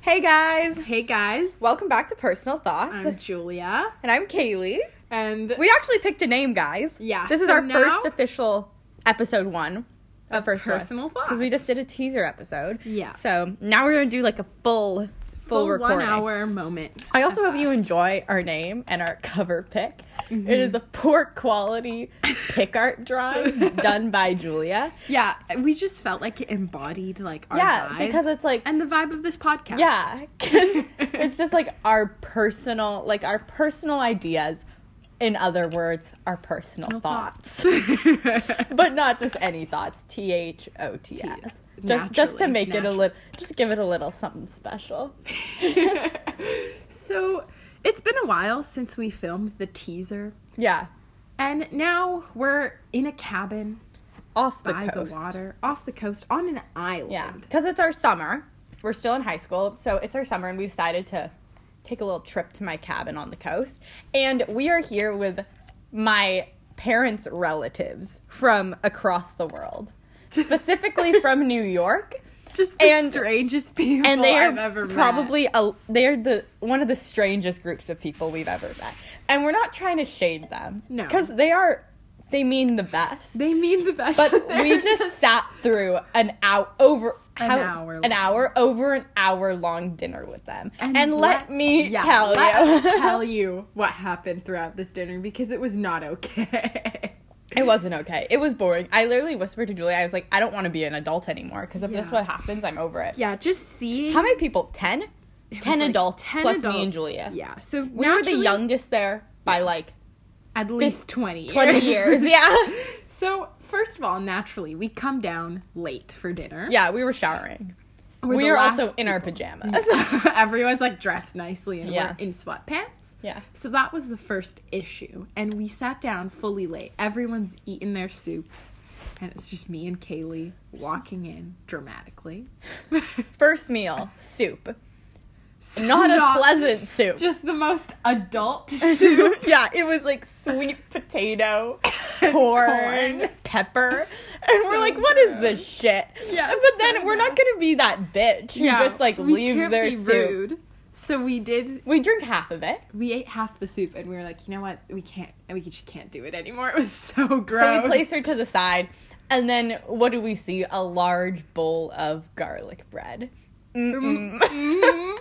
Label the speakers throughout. Speaker 1: Hey guys!
Speaker 2: Hey guys.
Speaker 1: Welcome back to Personal Thoughts.
Speaker 2: I'm Julia.
Speaker 1: and I'm Kaylee.
Speaker 2: And
Speaker 1: We actually picked a name, guys.
Speaker 2: Yeah,
Speaker 1: This is
Speaker 2: so
Speaker 1: our
Speaker 2: now-
Speaker 1: first official episode one. Our
Speaker 2: Of Personal Thoughts.
Speaker 1: Because we just did a teaser episode.
Speaker 2: Yeah.
Speaker 1: So now we're going to do like a full, full,
Speaker 2: for
Speaker 1: recording.
Speaker 2: one hour moment.
Speaker 1: I also
Speaker 2: of
Speaker 1: hope you
Speaker 2: us.
Speaker 1: enjoy our name and our cover pick.
Speaker 2: Mm-hmm.
Speaker 1: It is a poor quality pick art drawing done by Julia.
Speaker 2: Yeah, we just felt like it embodied like our
Speaker 1: yeah,
Speaker 2: vibe
Speaker 1: because it's like
Speaker 2: and the vibe of this podcast.
Speaker 1: Yeah, 'cause it's just like our personal, like our personal ideas. In other words, our personal thoughts, but not just any thoughts. T H O T S.
Speaker 2: T-
Speaker 1: Just, just to
Speaker 2: naturally,
Speaker 1: make it a
Speaker 2: naturally.
Speaker 1: little, just give it a little something special.
Speaker 2: so it's been a while since we filmed the teaser,
Speaker 1: Yeah,
Speaker 2: and now we're in a cabin
Speaker 1: off the
Speaker 2: by
Speaker 1: coast.
Speaker 2: the water, off the coast, on an island.
Speaker 1: Yeah, because it's our summer. We're still in high school, so it's our summer, and we decided to take a little trip to my cabin on the coast. And we are here with my parents' relatives from across the world, specifically from New York.
Speaker 2: Just the
Speaker 1: And-
Speaker 2: strangest people
Speaker 1: And they
Speaker 2: I've
Speaker 1: are
Speaker 2: ever met.
Speaker 1: probably a, they are the one of the strangest groups of people we've ever met. And we're not trying to shade them,
Speaker 2: No.
Speaker 1: because they are they mean the best.
Speaker 2: they mean the best.
Speaker 1: But
Speaker 2: They're
Speaker 1: we just sat through an hour over
Speaker 2: An
Speaker 1: how-
Speaker 2: hour
Speaker 1: an
Speaker 2: long.
Speaker 1: hour over an hour long dinner with them. And, let, me
Speaker 2: yeah,
Speaker 1: tell
Speaker 2: let
Speaker 1: you,
Speaker 2: us tell you what happened throughout this dinner because it was not okay.
Speaker 1: it wasn't okay. It was boring. I literally whispered to Julia, I was like, I don't want to be an adult anymore because if this
Speaker 2: Yeah.
Speaker 1: what happens, I'm over it.
Speaker 2: yeah, just seeing
Speaker 1: How many people? Ten. Ten adults plus me and Julia.
Speaker 2: Yeah, so
Speaker 1: We were the youngest there by like
Speaker 2: at least twenty.
Speaker 1: twenty years. Yeah,
Speaker 2: So first of all, naturally, we come down late for dinner.
Speaker 1: yeah. We were showering.
Speaker 2: We're
Speaker 1: We're
Speaker 2: the last
Speaker 1: also in our
Speaker 2: people.
Speaker 1: pajamas.
Speaker 2: Everyone's like dressed nicely and
Speaker 1: Yeah.
Speaker 2: we're in sweatpants.
Speaker 1: Yeah.
Speaker 2: So that was the first issue. And we sat down fully late. Everyone's eaten their soups. And it's just me and Kaylee walking in dramatically.
Speaker 1: First meal, soup. Not a pleasant soup.
Speaker 2: Just the most adult soup.
Speaker 1: yeah, it was like sweet potato, corn,
Speaker 2: Corn.
Speaker 1: pepper. And we're
Speaker 2: So
Speaker 1: like, what is
Speaker 2: gross.
Speaker 1: this shit?
Speaker 2: Yeah,
Speaker 1: And- But
Speaker 2: so
Speaker 1: then we're not
Speaker 2: gross.
Speaker 1: gonna be that bitch who just like
Speaker 2: we
Speaker 1: leaves
Speaker 2: can't
Speaker 1: their
Speaker 2: be
Speaker 1: soup.
Speaker 2: rude. So we did.
Speaker 1: We drink half of it.
Speaker 2: We ate half the soup, and we were like, you know what? We can't. We just can't do it anymore. It was so gross.
Speaker 1: So we place her to the side. And then what do we see? A large bowl of garlic bread. Mm-mm.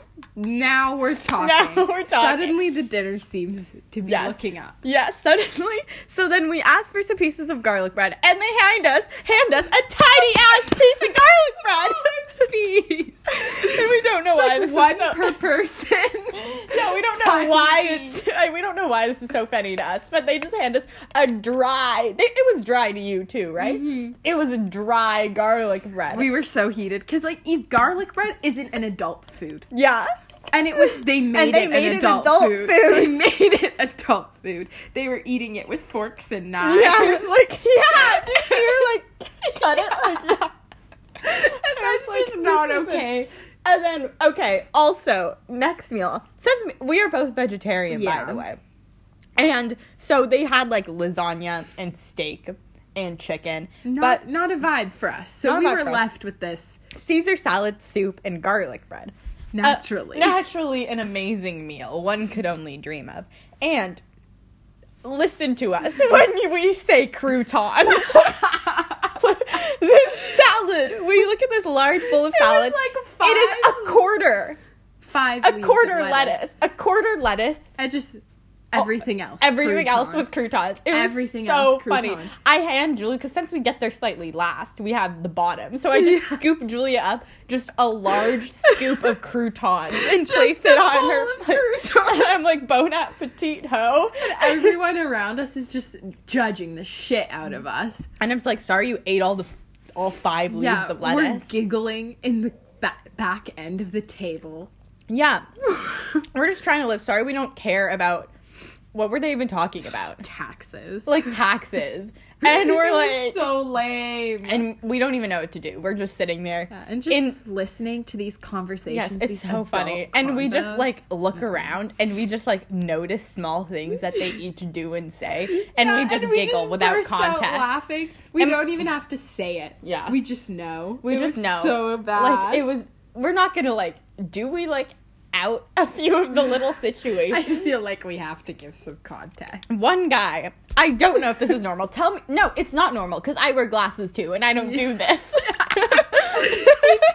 Speaker 2: Mhm. now we're talking.
Speaker 1: Now we're talking.
Speaker 2: Suddenly, the dinner seems to be
Speaker 1: Yes.
Speaker 2: looking up.
Speaker 1: Yeah, suddenly. So then we asked for some pieces of garlic bread, and they hand us hand us a tiny ass piece of garlic bread.
Speaker 2: Piece.
Speaker 1: and we don't know why
Speaker 2: Like
Speaker 1: this is
Speaker 2: one
Speaker 1: so-
Speaker 2: per person.
Speaker 1: No, we don't know
Speaker 2: Tiny.
Speaker 1: why it's. I- We don't know why this is so funny to us, but they just hand us a dry. They, it was dry to you too, right? It was a dry garlic bread.
Speaker 2: Mm-hmm. We were so heated because, like, eat garlic bread isn't an adult food.
Speaker 1: yeah,
Speaker 2: And it was they made
Speaker 1: they
Speaker 2: it
Speaker 1: made
Speaker 2: an
Speaker 1: it
Speaker 2: adult,
Speaker 1: adult
Speaker 2: food.
Speaker 1: food.
Speaker 2: They made it adult food. They were eating it with forks and knives.
Speaker 1: yeah. It's like yeah, just you're like cut it. Like, yeah.
Speaker 2: and
Speaker 1: I
Speaker 2: that's
Speaker 1: was like,
Speaker 2: just not
Speaker 1: this isn't-
Speaker 2: okay.
Speaker 1: And then okay, also next meal. Since we- we are both vegetarian,
Speaker 2: Yeah.
Speaker 1: by the way, and so they had like lasagna and steak and chicken, but
Speaker 2: Not, not a vibe for us. So
Speaker 1: Not a
Speaker 2: we
Speaker 1: vibe
Speaker 2: were
Speaker 1: for us.
Speaker 2: left with this
Speaker 1: Caesar salad, soup, and garlic bread. Uh,
Speaker 2: naturally.
Speaker 1: naturally, an amazing meal one could only dream of. And listen to us when we say croutons. this salad. We look at this large bowl of
Speaker 2: It was
Speaker 1: salad.
Speaker 2: like
Speaker 1: It is a
Speaker 2: five-
Speaker 1: quarter.
Speaker 2: Five
Speaker 1: A
Speaker 2: leaves of
Speaker 1: quarter lettuce. A quarter lettuce.
Speaker 2: And just everything else.
Speaker 1: Everything else
Speaker 2: crouton.
Speaker 1: was croutons. It was
Speaker 2: Everything
Speaker 1: so
Speaker 2: else
Speaker 1: funny.
Speaker 2: crouton.
Speaker 1: I hand Julia because since we get there slightly last, we have the bottom. So I just scoop Julia up just a large scoop of croutons and
Speaker 2: Just
Speaker 1: place
Speaker 2: a
Speaker 1: it on
Speaker 2: bowl
Speaker 1: her.
Speaker 2: of
Speaker 1: plate. And I'm like bon appetit, ho.
Speaker 2: Everyone around us is just judging the shit out of us.
Speaker 1: And I'm just like, sorry, you ate all the all five leaves
Speaker 2: yeah,
Speaker 1: of
Speaker 2: we're
Speaker 1: lettuce.
Speaker 2: giggling in the ba- back end of the table.
Speaker 1: yeah, we're just trying to live. Sorry, we don't care about what were they even talking about,
Speaker 2: Taxes.
Speaker 1: like taxes. And
Speaker 2: It
Speaker 1: we're
Speaker 2: was
Speaker 1: like,
Speaker 2: so lame.
Speaker 1: and we don't even know what to do. We're just sitting there.
Speaker 2: Yeah, and just
Speaker 1: in-
Speaker 2: listening to these conversations.
Speaker 1: Yes, it's
Speaker 2: these
Speaker 1: so
Speaker 2: adult
Speaker 1: funny. And we just
Speaker 2: convos.
Speaker 1: like look around and we just like notice small things that they each do and say and
Speaker 2: Yeah,
Speaker 1: we just giggle
Speaker 2: just
Speaker 1: without
Speaker 2: burst out
Speaker 1: context.
Speaker 2: laughing. We
Speaker 1: And-
Speaker 2: don't even have to say it.
Speaker 1: Yeah.
Speaker 2: we just know.
Speaker 1: We
Speaker 2: It
Speaker 1: just
Speaker 2: was
Speaker 1: know.
Speaker 2: so bad.
Speaker 1: Like it was we're not gonna like do we like out a few of the little situations.
Speaker 2: I feel like we have to give some context.
Speaker 1: One guy, I don't know if this is normal. Tell me, no, it's not normal because I wear glasses too, and I don't do this.
Speaker 2: he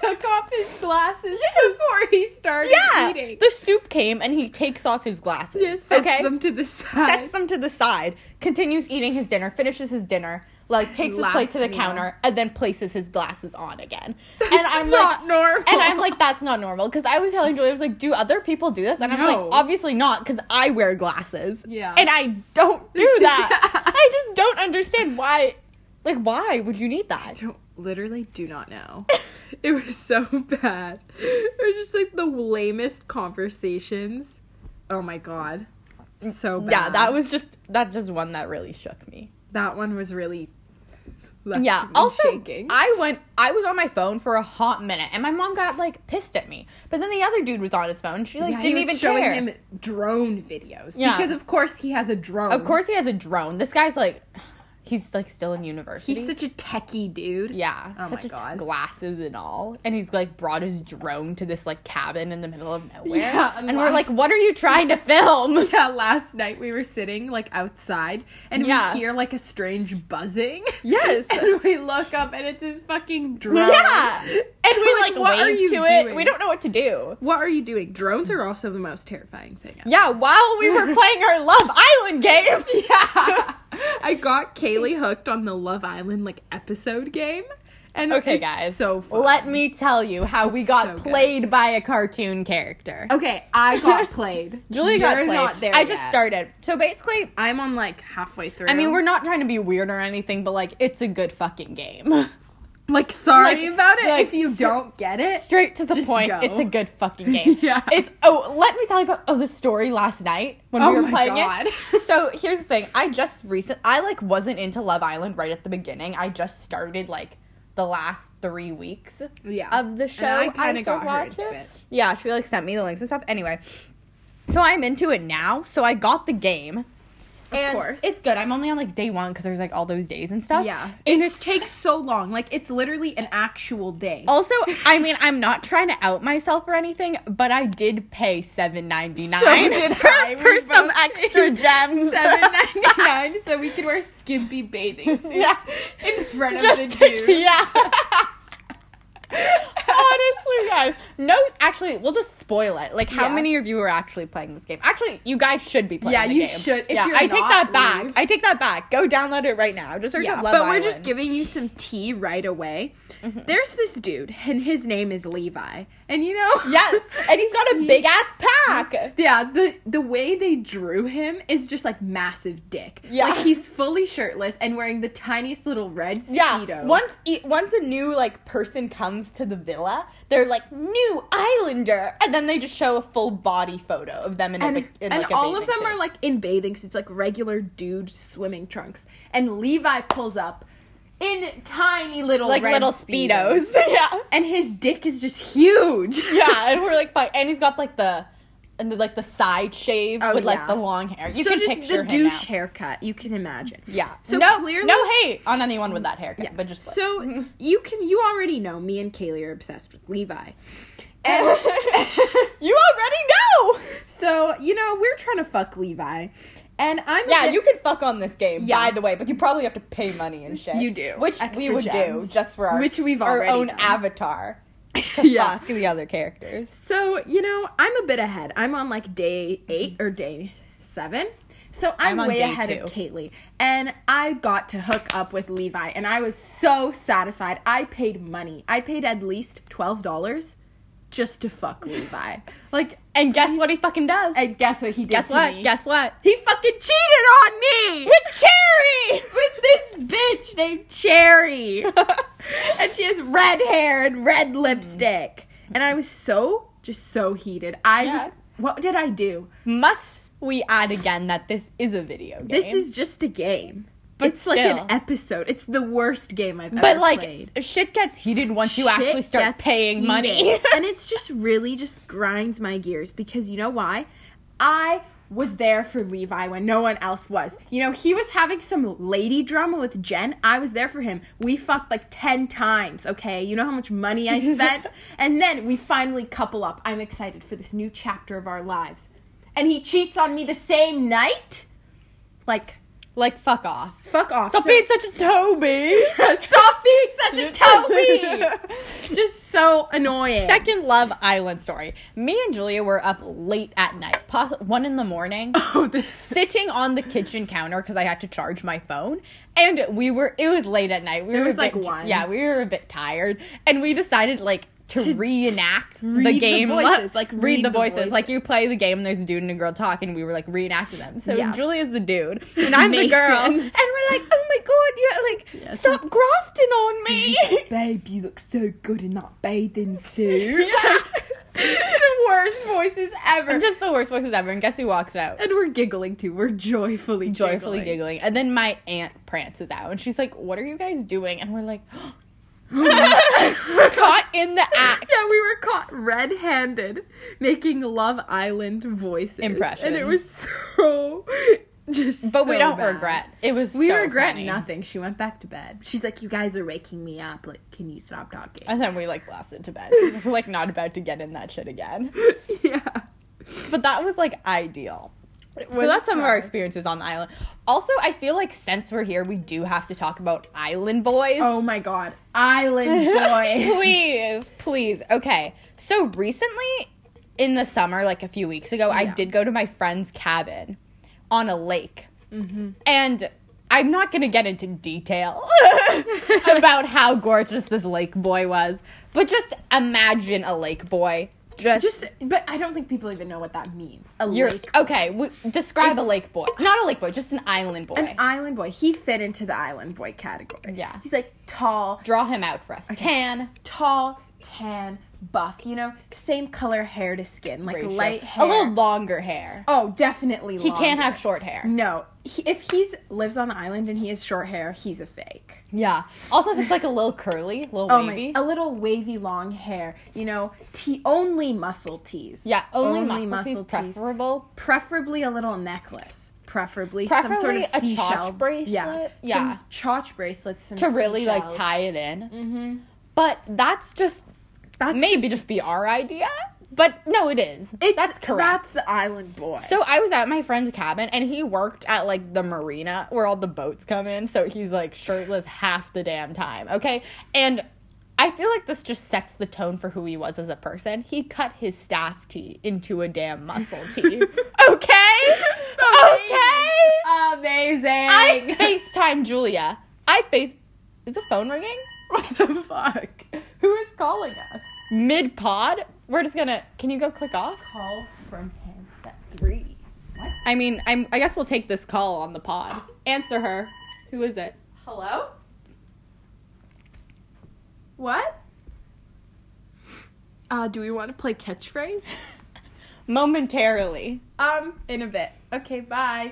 Speaker 2: took off his glasses before he started
Speaker 1: yeah,
Speaker 2: eating.
Speaker 1: the soup came and he takes off his glasses.
Speaker 2: Just sets
Speaker 1: okay,
Speaker 2: them to the side.
Speaker 1: sets them to the side, continues eating his dinner, finishes his dinner, like takes his plate
Speaker 2: Last
Speaker 1: to the
Speaker 2: meal.
Speaker 1: counter, and then places his glasses on again. and
Speaker 2: That's
Speaker 1: I'm
Speaker 2: not
Speaker 1: like,
Speaker 2: normal.
Speaker 1: and I'm like, that's not normal because I was telling Julia, I was like, do other people do this? And I'm
Speaker 2: No.
Speaker 1: like, obviously not because I wear glasses.
Speaker 2: Yeah.
Speaker 1: and I don't do that. I just don't understand why. Like, why would you need that?
Speaker 2: don't literally do not know. it was so bad. It was just like the lamest conversations. Oh my god. So bad.
Speaker 1: Yeah, that was just that just one that really shook me.
Speaker 2: that one was really left
Speaker 1: Yeah.
Speaker 2: me
Speaker 1: Also,
Speaker 2: shaking.
Speaker 1: I went. I was on my phone for a hot minute, and my mom got like pissed at me. But then the other dude was on his phone. She like
Speaker 2: Yeah, he
Speaker 1: didn't
Speaker 2: was
Speaker 1: even
Speaker 2: showing
Speaker 1: care.
Speaker 2: him drone videos
Speaker 1: Yeah.
Speaker 2: because of course he has a drone.
Speaker 1: Of course, he has a drone. This guy's like, he's like still in university.
Speaker 2: he's such a techie dude.
Speaker 1: yeah,
Speaker 2: Oh
Speaker 1: such
Speaker 2: my
Speaker 1: a-
Speaker 2: God.
Speaker 1: glasses and all, and he's like brought his drone to this like cabin in the middle of nowhere,
Speaker 2: Yeah,
Speaker 1: and,
Speaker 2: and
Speaker 1: we're like,
Speaker 2: last-
Speaker 1: what are you trying to film?
Speaker 2: Yeah, last night we were sitting like outside and
Speaker 1: Yeah.
Speaker 2: we hear like a strange buzzing.
Speaker 1: Yes.
Speaker 2: And we look up and it's his fucking drone.
Speaker 1: yeah, and we like,
Speaker 2: Like,
Speaker 1: what
Speaker 2: wave
Speaker 1: are you
Speaker 2: to
Speaker 1: doing?
Speaker 2: it.
Speaker 1: We don't know what to do.
Speaker 2: What are you doing? Drones are also the most terrifying thing. ever.
Speaker 1: Yeah, while we were playing our Love Island game. Yeah.
Speaker 2: I got Kaylee hooked on the Love Island like episode game. And
Speaker 1: Okay,
Speaker 2: it's
Speaker 1: guys.
Speaker 2: So fun.
Speaker 1: Let me tell you how we got
Speaker 2: so good.
Speaker 1: played by a cartoon character.
Speaker 2: okay, I got played.
Speaker 1: Julie got
Speaker 2: You're
Speaker 1: played.
Speaker 2: not there.
Speaker 1: I just
Speaker 2: yet.
Speaker 1: started. So basically,
Speaker 2: I'm on like halfway through.
Speaker 1: I mean, we're not trying to be weird or anything, but like, it's a good fucking game.
Speaker 2: like sorry
Speaker 1: like-
Speaker 2: about it
Speaker 1: like,
Speaker 2: if you
Speaker 1: str-
Speaker 2: don't get it.
Speaker 1: Straight to the
Speaker 2: Just
Speaker 1: point.
Speaker 2: go.
Speaker 1: It's a good fucking game.
Speaker 2: Yeah.
Speaker 1: It's oh, let me tell you about oh the story last night when
Speaker 2: Oh
Speaker 1: we were
Speaker 2: my
Speaker 1: playing it.
Speaker 2: God.
Speaker 1: So here's the thing. I just recent I like wasn't into Love Island right at the beginning. I just started like the last three weeks.
Speaker 2: yeah.
Speaker 1: of the show.
Speaker 2: And I
Speaker 1: kind
Speaker 2: kinda
Speaker 1: of
Speaker 2: got her
Speaker 1: watch
Speaker 2: into
Speaker 1: it.
Speaker 2: it.
Speaker 1: Yeah, she like sent me the links and stuff. Anyway, so I'm into it now. So I got the game. and
Speaker 2: course.
Speaker 1: it's good. I'm only on like day one because there's like all those days and stuff.
Speaker 2: Yeah.
Speaker 1: and
Speaker 2: It
Speaker 1: it's
Speaker 2: takes so long. Like it's literally an actual day.
Speaker 1: also. I mean, I'm not trying to out myself or anything, but I did pay seven ninety
Speaker 2: So
Speaker 1: nine
Speaker 2: did
Speaker 1: for,
Speaker 2: I. We
Speaker 1: for some
Speaker 2: both
Speaker 1: extra gems.
Speaker 2: Seven ninety nine, so we could wear skimpy bathing suits
Speaker 1: Yeah.
Speaker 2: in front of
Speaker 1: Just
Speaker 2: the
Speaker 1: to-
Speaker 2: dude.
Speaker 1: yeah. Honestly, guys. No, actually, we'll just spoil it. Like, how
Speaker 2: Yeah.
Speaker 1: many of you are actually playing this game? Actually, you guys should be playing.
Speaker 2: Yeah,
Speaker 1: the
Speaker 2: you
Speaker 1: game.
Speaker 2: should. If
Speaker 1: yeah,
Speaker 2: you're
Speaker 1: I take
Speaker 2: not,
Speaker 1: that back.
Speaker 2: leave.
Speaker 1: I take that back. Go download it right now. Just search
Speaker 2: Yeah,
Speaker 1: up
Speaker 2: but
Speaker 1: Love
Speaker 2: we're just
Speaker 1: Island. Mm-hmm.
Speaker 2: giving you some tea right away. There's this dude, and his name is Levi. And you know,
Speaker 1: Yes, and he's got a big ass pack.
Speaker 2: yeah, the the way they drew him is just like massive dick.
Speaker 1: Yeah.
Speaker 2: like he's fully shirtless and wearing the tiniest little red
Speaker 1: Yeah.
Speaker 2: speedos.
Speaker 1: Once e- once a new like person comes to the villa, they're like new islander, and then they just show a full body photo of them in
Speaker 2: and,
Speaker 1: a, ba- in,
Speaker 2: and
Speaker 1: like, a
Speaker 2: all of
Speaker 1: bathing
Speaker 2: them
Speaker 1: suit.
Speaker 2: are like in bathing suits, like regular dude swimming trunks. And Levi pulls up in tiny little
Speaker 1: like
Speaker 2: red
Speaker 1: little speedos. yeah.
Speaker 2: and his dick is just huge.
Speaker 1: yeah, and we're like, fine. And he's got like the, and the, like the side shave
Speaker 2: Oh,
Speaker 1: with like
Speaker 2: yeah.
Speaker 1: the long hair. You
Speaker 2: so
Speaker 1: can
Speaker 2: just
Speaker 1: picture
Speaker 2: the
Speaker 1: him
Speaker 2: douche
Speaker 1: now.
Speaker 2: haircut, you can imagine.
Speaker 1: Yeah.
Speaker 2: So
Speaker 1: no,
Speaker 2: clearly,
Speaker 1: no hate on anyone with that haircut,
Speaker 2: Yeah.
Speaker 1: but just like,
Speaker 2: so you can you already know me and Kaylee are obsessed with Levi.
Speaker 1: you already know.
Speaker 2: So you know we're trying to fuck Levi, and I'm a
Speaker 1: Yeah,
Speaker 2: bit-
Speaker 1: you can fuck on this game,
Speaker 2: Yeah.
Speaker 1: by the way, but you probably have to pay money and shit.
Speaker 2: You do.
Speaker 1: which we
Speaker 2: Extra
Speaker 1: would
Speaker 2: gems.
Speaker 1: do just for our
Speaker 2: Which we've
Speaker 1: our
Speaker 2: already
Speaker 1: own
Speaker 2: done.
Speaker 1: avatar. To
Speaker 2: Yeah.
Speaker 1: fuck the other characters.
Speaker 2: So, you know, I'm a bit ahead. I'm on like day eight or day seven. So I'm,
Speaker 1: I'm on
Speaker 2: way
Speaker 1: day
Speaker 2: ahead of
Speaker 1: two.
Speaker 2: Caitley. And I got to hook up with Levi and I was so satisfied. I paid money. I paid at least twelve dollars just to fuck Levi. Like
Speaker 1: And guess what he fucking does?
Speaker 2: and guess what he did
Speaker 1: guess
Speaker 2: to
Speaker 1: what?
Speaker 2: me?
Speaker 1: Guess what?
Speaker 2: he fucking cheated on me
Speaker 1: With Cherry.
Speaker 2: with this bitch named Cherry. and she has red hair and red lipstick. And I was so just so heated. I
Speaker 1: Yeah.
Speaker 2: was what did I do?
Speaker 1: Must we add again that this is a video game?
Speaker 2: This is just a game.
Speaker 1: But
Speaker 2: it's like an
Speaker 1: still.
Speaker 2: episode. It's the worst game I've
Speaker 1: But
Speaker 2: ever
Speaker 1: like
Speaker 2: played.
Speaker 1: shit gets heated once you
Speaker 2: Shit
Speaker 1: actually start
Speaker 2: gets
Speaker 1: paying
Speaker 2: heated.
Speaker 1: money.
Speaker 2: and it's just really just grinds my gears because you know why? I was there for Levi when no one else was. You know, he was having some lady drama with Jen. I was there for him. We fucked like 10 times, okay? You know how much money I spent? and then we finally couple up. I'm excited for this new chapter of our lives. And he cheats on me the same night? Like,
Speaker 1: Like, fuck off.
Speaker 2: fuck off.
Speaker 1: Stop
Speaker 2: So-
Speaker 1: being such a Toby.
Speaker 2: Stop being such a Toby! Just so annoying.
Speaker 1: Second Love Island story. Me and Julia were up late at night, poss- one in the morning.
Speaker 2: oh, this.
Speaker 1: sitting on the kitchen counter because I had to charge my phone. And we were, it was late at night. We were a
Speaker 2: was, like,
Speaker 1: bit-
Speaker 2: one.
Speaker 1: Yeah, we were a bit tired. And we decided, like, to, reenact
Speaker 2: read
Speaker 1: the
Speaker 2: the
Speaker 1: game.
Speaker 2: voices, like,
Speaker 1: read,
Speaker 2: read
Speaker 1: the,
Speaker 2: the
Speaker 1: voices.
Speaker 2: voices.
Speaker 1: Like, you play the game and there's a dude and a girl talking. We were, like, reenacting them. So
Speaker 2: Yeah.
Speaker 1: Julia's the dude, and I'm the girl. And
Speaker 2: Mason.
Speaker 1: we're like, oh my god, you're like,
Speaker 2: Yes.
Speaker 1: stop grafting on me.
Speaker 2: Babe, you look so good in that bathing suit.
Speaker 1: yeah.
Speaker 2: the worst voices ever.
Speaker 1: And just the worst voices ever. And guess who walks out?
Speaker 2: And we're giggling too. We're joyfully
Speaker 1: joyfully giggling. And then my aunt prances out and she's like, What are you guys doing? And we're like, Caught in the act.
Speaker 2: Yeah, we were caught red-handed making Love Island voices. And it
Speaker 1: Impressions.
Speaker 2: was so just
Speaker 1: But we
Speaker 2: so
Speaker 1: don't
Speaker 2: bad.
Speaker 1: regret. It was
Speaker 2: We
Speaker 1: so
Speaker 2: regret
Speaker 1: funny.
Speaker 2: nothing. She went back to bed. She's like, "You guys are waking me up. Like, can you stop talking?"
Speaker 1: And then we like blasted to bed. We're like not about to get in that shit again.
Speaker 2: yeah.
Speaker 1: But that was like ideal. So
Speaker 2: was
Speaker 1: that's some of our
Speaker 2: fun.
Speaker 1: experiences on the island. Also, I feel like since we're here, we do have to talk about Island Boys.
Speaker 2: Oh my god, Island Boy.
Speaker 1: please, please. Okay. So recently in the summer, like a few weeks ago, I
Speaker 2: Yeah.
Speaker 1: did go to my friend's cabin on a lake.
Speaker 2: Mm-hmm.
Speaker 1: And I'm not going to get into detail about how gorgeous this lake boy was, but just imagine a lake boy. Just,
Speaker 2: just, but I don't think people even know what that means. A
Speaker 1: you're,
Speaker 2: lake
Speaker 1: okay, w describe a
Speaker 2: It's-
Speaker 1: lake boy. Not a lake boy, just an island boy.
Speaker 2: An island boy. He fit into the island boy category.
Speaker 1: Yeah.
Speaker 2: He's like tall,
Speaker 1: Draw him out for us. Tan,
Speaker 2: tall, tan, buff, you know, same color hair to skin, like
Speaker 1: ratio.
Speaker 2: light hair.
Speaker 1: a little longer hair.
Speaker 2: Oh, definitely
Speaker 1: He can't have short hair.
Speaker 2: No. He, if he's lives on the island and he has short hair, he's a fake.
Speaker 1: Yeah. Also, if it's like a little curly, little
Speaker 2: Oh
Speaker 1: wavy.
Speaker 2: my, a little wavy long hair, you know, T only muscle tees.
Speaker 1: yeah, only, muscle, tees preferable.
Speaker 2: preferably a little necklace. Preferably, some sort
Speaker 1: Preferably
Speaker 2: of
Speaker 1: a
Speaker 2: seashell
Speaker 1: chaunch bracelet.
Speaker 2: Yeah,
Speaker 1: Yeah.
Speaker 2: some chaunch bracelets. Some
Speaker 1: To really like
Speaker 2: seashells.
Speaker 1: tie it in. Mm-hmm. But that's just
Speaker 2: That's
Speaker 1: maybe just be our idea. But no, it is.
Speaker 2: It's,
Speaker 1: that's correct.
Speaker 2: That's the island boy.
Speaker 1: so I was at my friend's cabin and he worked at like the marina where all the boats come in. So he's like shirtless half the damn time. Okay. And I feel like this just sets the tone for who he was as a person. He cut his staff tee into a damn muscle tee. okay? Okay?
Speaker 2: amazing.
Speaker 1: I FaceTime Julia. I face. Is the phone ringing?
Speaker 2: what the fuck? Who is calling us?
Speaker 1: Mid pod? We're just gonna. Can you go click off?
Speaker 2: Calls from handset three. What?
Speaker 1: I mean, I'm, I guess we'll take this call on the pod. Answer her. Who is it?
Speaker 2: Hello? What? Uh, do we want to play catchphrase?
Speaker 1: Momentarily.
Speaker 2: Um, in a bit. Okay, bye.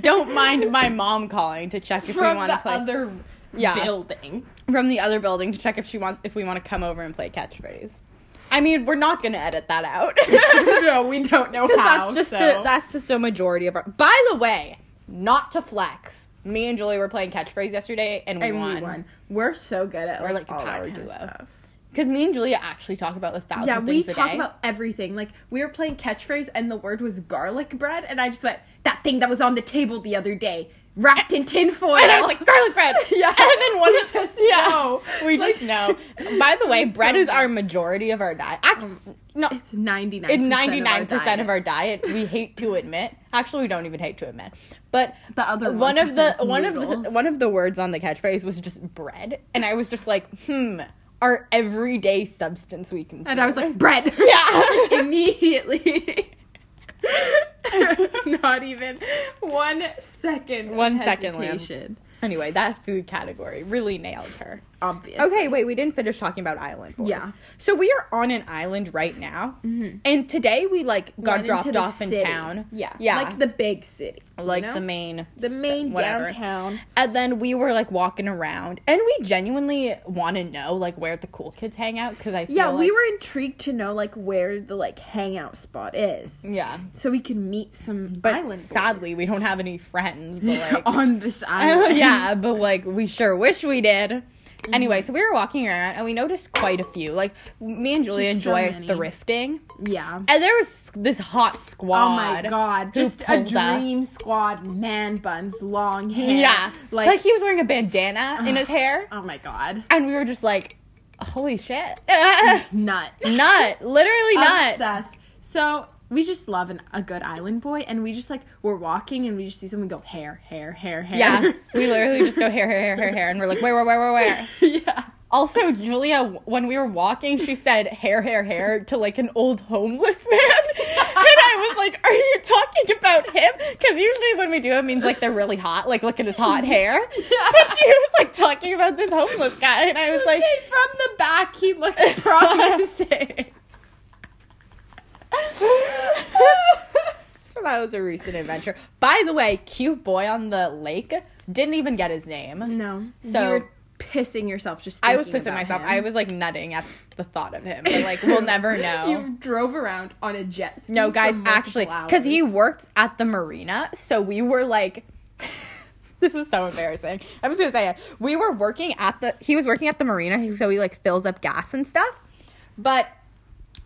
Speaker 1: Don't mind my mom calling to check if we
Speaker 2: From
Speaker 1: want to
Speaker 2: the
Speaker 1: play.
Speaker 2: other
Speaker 1: yeah,
Speaker 2: building.
Speaker 1: from the other building to check if she wants if we want to come over and play catchphrase. I mean, we're not gonna edit that out.
Speaker 2: no, we don't know
Speaker 1: 'Cause
Speaker 2: how.
Speaker 1: that's just
Speaker 2: so.
Speaker 1: a, that's just a majority of our. By the way, not to flex. Me and Julie were playing catchphrase yesterday, and we
Speaker 2: and we
Speaker 1: won
Speaker 2: won. We're so good at
Speaker 1: We're like
Speaker 2: like,
Speaker 1: a
Speaker 2: all that
Speaker 1: power
Speaker 2: kind of
Speaker 1: duo.
Speaker 2: stuff.
Speaker 1: because me and Julia actually talk about the thousand.
Speaker 2: Yeah,
Speaker 1: things
Speaker 2: we
Speaker 1: a
Speaker 2: talk
Speaker 1: day.
Speaker 2: about everything. Like we were playing catchphrase, and the word was garlic bread, and I just went that thing that was on the table the other day, wrapped in tinfoil.
Speaker 1: And I was like garlic bread.
Speaker 2: Yeah.
Speaker 1: and then one
Speaker 2: We
Speaker 1: of
Speaker 2: just
Speaker 1: yeah,
Speaker 2: know.
Speaker 1: we
Speaker 2: Like-
Speaker 1: just know. By the way,
Speaker 2: It's
Speaker 1: bread
Speaker 2: so
Speaker 1: is our majority of our diet. No,
Speaker 2: it's ninety nine.
Speaker 1: in ninety nine Mm. percent of our diet, we hate to admit. Actually, we don't even hate to admit, but
Speaker 2: The other
Speaker 1: one of the
Speaker 2: 1% 's
Speaker 1: one of the
Speaker 2: noodles.
Speaker 1: one of the words on the catchphrase was just bread, and I was just like, hmm, our everyday substance we consume.
Speaker 2: and I was like bread.
Speaker 1: yeah.
Speaker 2: immediately. Not even one second. of
Speaker 1: One second, Lamb.
Speaker 2: hesitation.
Speaker 1: anyway, that food category really nailed her.
Speaker 2: obvious.
Speaker 1: Okay, wait, we didn't finish talking about Island Boys.
Speaker 2: Yeah.
Speaker 1: So we are on an island right now. And today we like got
Speaker 2: Went
Speaker 1: dropped
Speaker 2: into the
Speaker 1: off in
Speaker 2: city.
Speaker 1: town.
Speaker 2: Yeah.
Speaker 1: Yeah.
Speaker 2: Like the big city. you
Speaker 1: like
Speaker 2: know?
Speaker 1: the main
Speaker 2: The
Speaker 1: st-
Speaker 2: main
Speaker 1: whatever.
Speaker 2: downtown.
Speaker 1: And then we were like walking around and we genuinely want to know like where the cool kids hang out cuz I feel
Speaker 2: Yeah, we
Speaker 1: like-
Speaker 2: were intrigued to know like where the like hangout spot is.
Speaker 1: Yeah.
Speaker 2: So we could meet some
Speaker 1: But
Speaker 2: island
Speaker 1: sadly we don't have any friends but
Speaker 2: boys.
Speaker 1: like
Speaker 2: on this
Speaker 1: Uh,
Speaker 2: island.
Speaker 1: yeah, but like we sure wish we did. Anyway,
Speaker 2: Mm-hmm.
Speaker 1: so we were walking around and we noticed quite a few. Like me and Julia
Speaker 2: Just so
Speaker 1: enjoy
Speaker 2: many.
Speaker 1: thrifting,
Speaker 2: Yeah.
Speaker 1: and there was this hot squad.
Speaker 2: Oh my god.
Speaker 1: who
Speaker 2: Just a
Speaker 1: pulled up.
Speaker 2: dream squad, man buns, long hair.
Speaker 1: Yeah,
Speaker 2: Like,
Speaker 1: like, he was wearing a bandana in his hair,
Speaker 2: oh my god.
Speaker 1: and we were just like, "Holy shit,
Speaker 2: Nut.
Speaker 1: nut! Literally nut!"
Speaker 2: Obsessed. So we just love an, a good island boy, and we just like we're walking, and we just see someone go hair, hair, hair, hair.
Speaker 1: Yeah, we literally just go hair, hair, hair, hair, hair, and we're like, "Where, where, where, where, where?"
Speaker 2: yeah.
Speaker 1: Also, Julia, w- when we were walking, she said hair, hair, hair to like an old homeless man. and I was like, Are you talking about him? Because usually when we do it, it means like they're really hot. Like, look at his hot hair. But she was like talking about this homeless guy. And I was like,
Speaker 2: Okay, from the back, he looked promising.
Speaker 1: So that was a recent adventure. By the way, cute boy on the lake didn't even get his name.
Speaker 2: no,
Speaker 1: So-
Speaker 2: you were pissing yourself just.
Speaker 1: I was
Speaker 2: thinking
Speaker 1: pissing
Speaker 2: about
Speaker 1: myself.
Speaker 2: him.
Speaker 1: I was like nutting at the thought of him. But like, we'll never know.
Speaker 2: You drove around on a jet ski.
Speaker 1: No,
Speaker 2: for
Speaker 1: guys,
Speaker 2: multiple
Speaker 1: actually, because he
Speaker 2: hours.
Speaker 1: worked at the marina, so we were like, this is so embarrassing. I'm just gonna say it. We were working at the. He was working at the marina, he- so he like fills up gas and stuff. But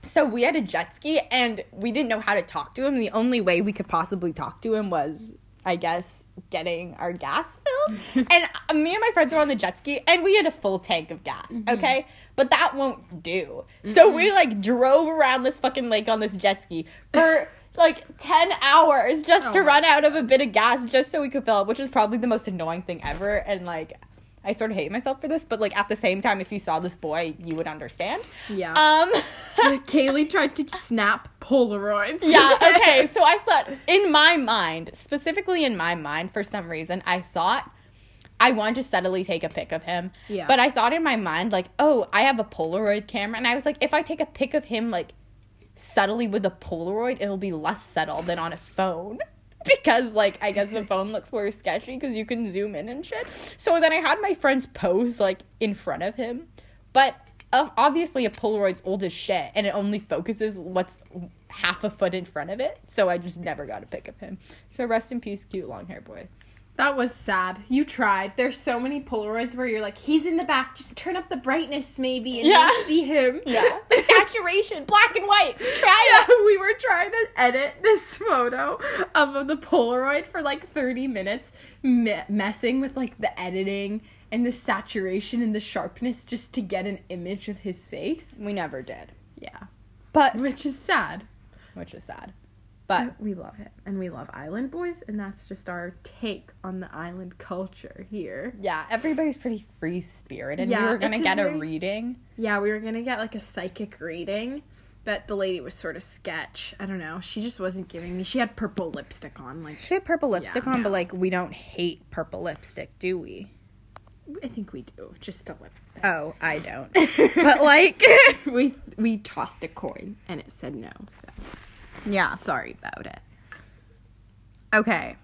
Speaker 1: so we had a jet ski, and we didn't know how to talk to him. The only way we could possibly talk to him was, I guess. Getting our gas filled, and uh, me and my friends were on the jet ski, and we had a full tank of gas.
Speaker 2: Mm-hmm.
Speaker 1: Okay, but that won't do. So we like drove around this fucking lake on this jet ski for like 10 hours just to
Speaker 2: Oh my
Speaker 1: run out of a bit of gas just so we could fill up, which is probably the most annoying thing ever. And like, I sort of hate myself for this, but like at the same time, if you saw this boy, you would understand.
Speaker 2: Yeah.
Speaker 1: Um,
Speaker 2: Kaylee tried to snap Polaroids.
Speaker 1: yeah, okay. So I thought, in my mind, specifically in my mind, for some reason, I thought I wanted to subtly take a pic of him.
Speaker 2: Yeah.
Speaker 1: But I thought in my mind, like, oh, I have a Polaroid camera. And I was like, if I take a pic of him, like, subtly with a Polaroid, it'll be less subtle than on a phone. Because, like, I guess the phone looks more sketchy because you can zoom in and shit. So then I had my friends pose, like, in front of him. But uh, obviously, a Polaroid's old as shit and it only focuses what's half a foot in front of it. So I just never got a pic of him. So rest in peace, cute long hair boy.
Speaker 2: That was sad. You tried. There's so many Polaroids where you're like, he's in the back. Just turn up the brightness, maybe, and
Speaker 1: Yeah.
Speaker 2: you'll see him.
Speaker 1: Yeah. Saturation, black and white.
Speaker 2: Try it. We were trying to edit this photo of the Polaroid for like 30 minutes, me- messing with like the editing and the saturation and the sharpness just to get an image of his face.
Speaker 1: We never did.
Speaker 2: Yeah,
Speaker 1: But,
Speaker 2: which is sad.
Speaker 1: which is sad. But
Speaker 2: Uh, We love him, and we love Island Boys, and that's just our take on the island culture here.
Speaker 1: Yeah, everybody's pretty free spirited.
Speaker 2: Yeah,
Speaker 1: we were gonna
Speaker 2: it's a
Speaker 1: get
Speaker 2: very-
Speaker 1: a reading.
Speaker 2: Yeah, we were gonna get like a psychic reading, but the lady was sort of sketch. I don't know. She just wasn't giving me. She had purple lipstick on. Like,
Speaker 1: She had purple lipstick
Speaker 2: Yeah,
Speaker 1: on,
Speaker 2: no.
Speaker 1: but like we don't hate purple lipstick, do we?
Speaker 2: I think we do. Just a lip.
Speaker 1: Oh, I don't. but like,
Speaker 2: We we tossed a coin and it said no. So
Speaker 1: yeah.
Speaker 2: sorry about it.
Speaker 1: Okay.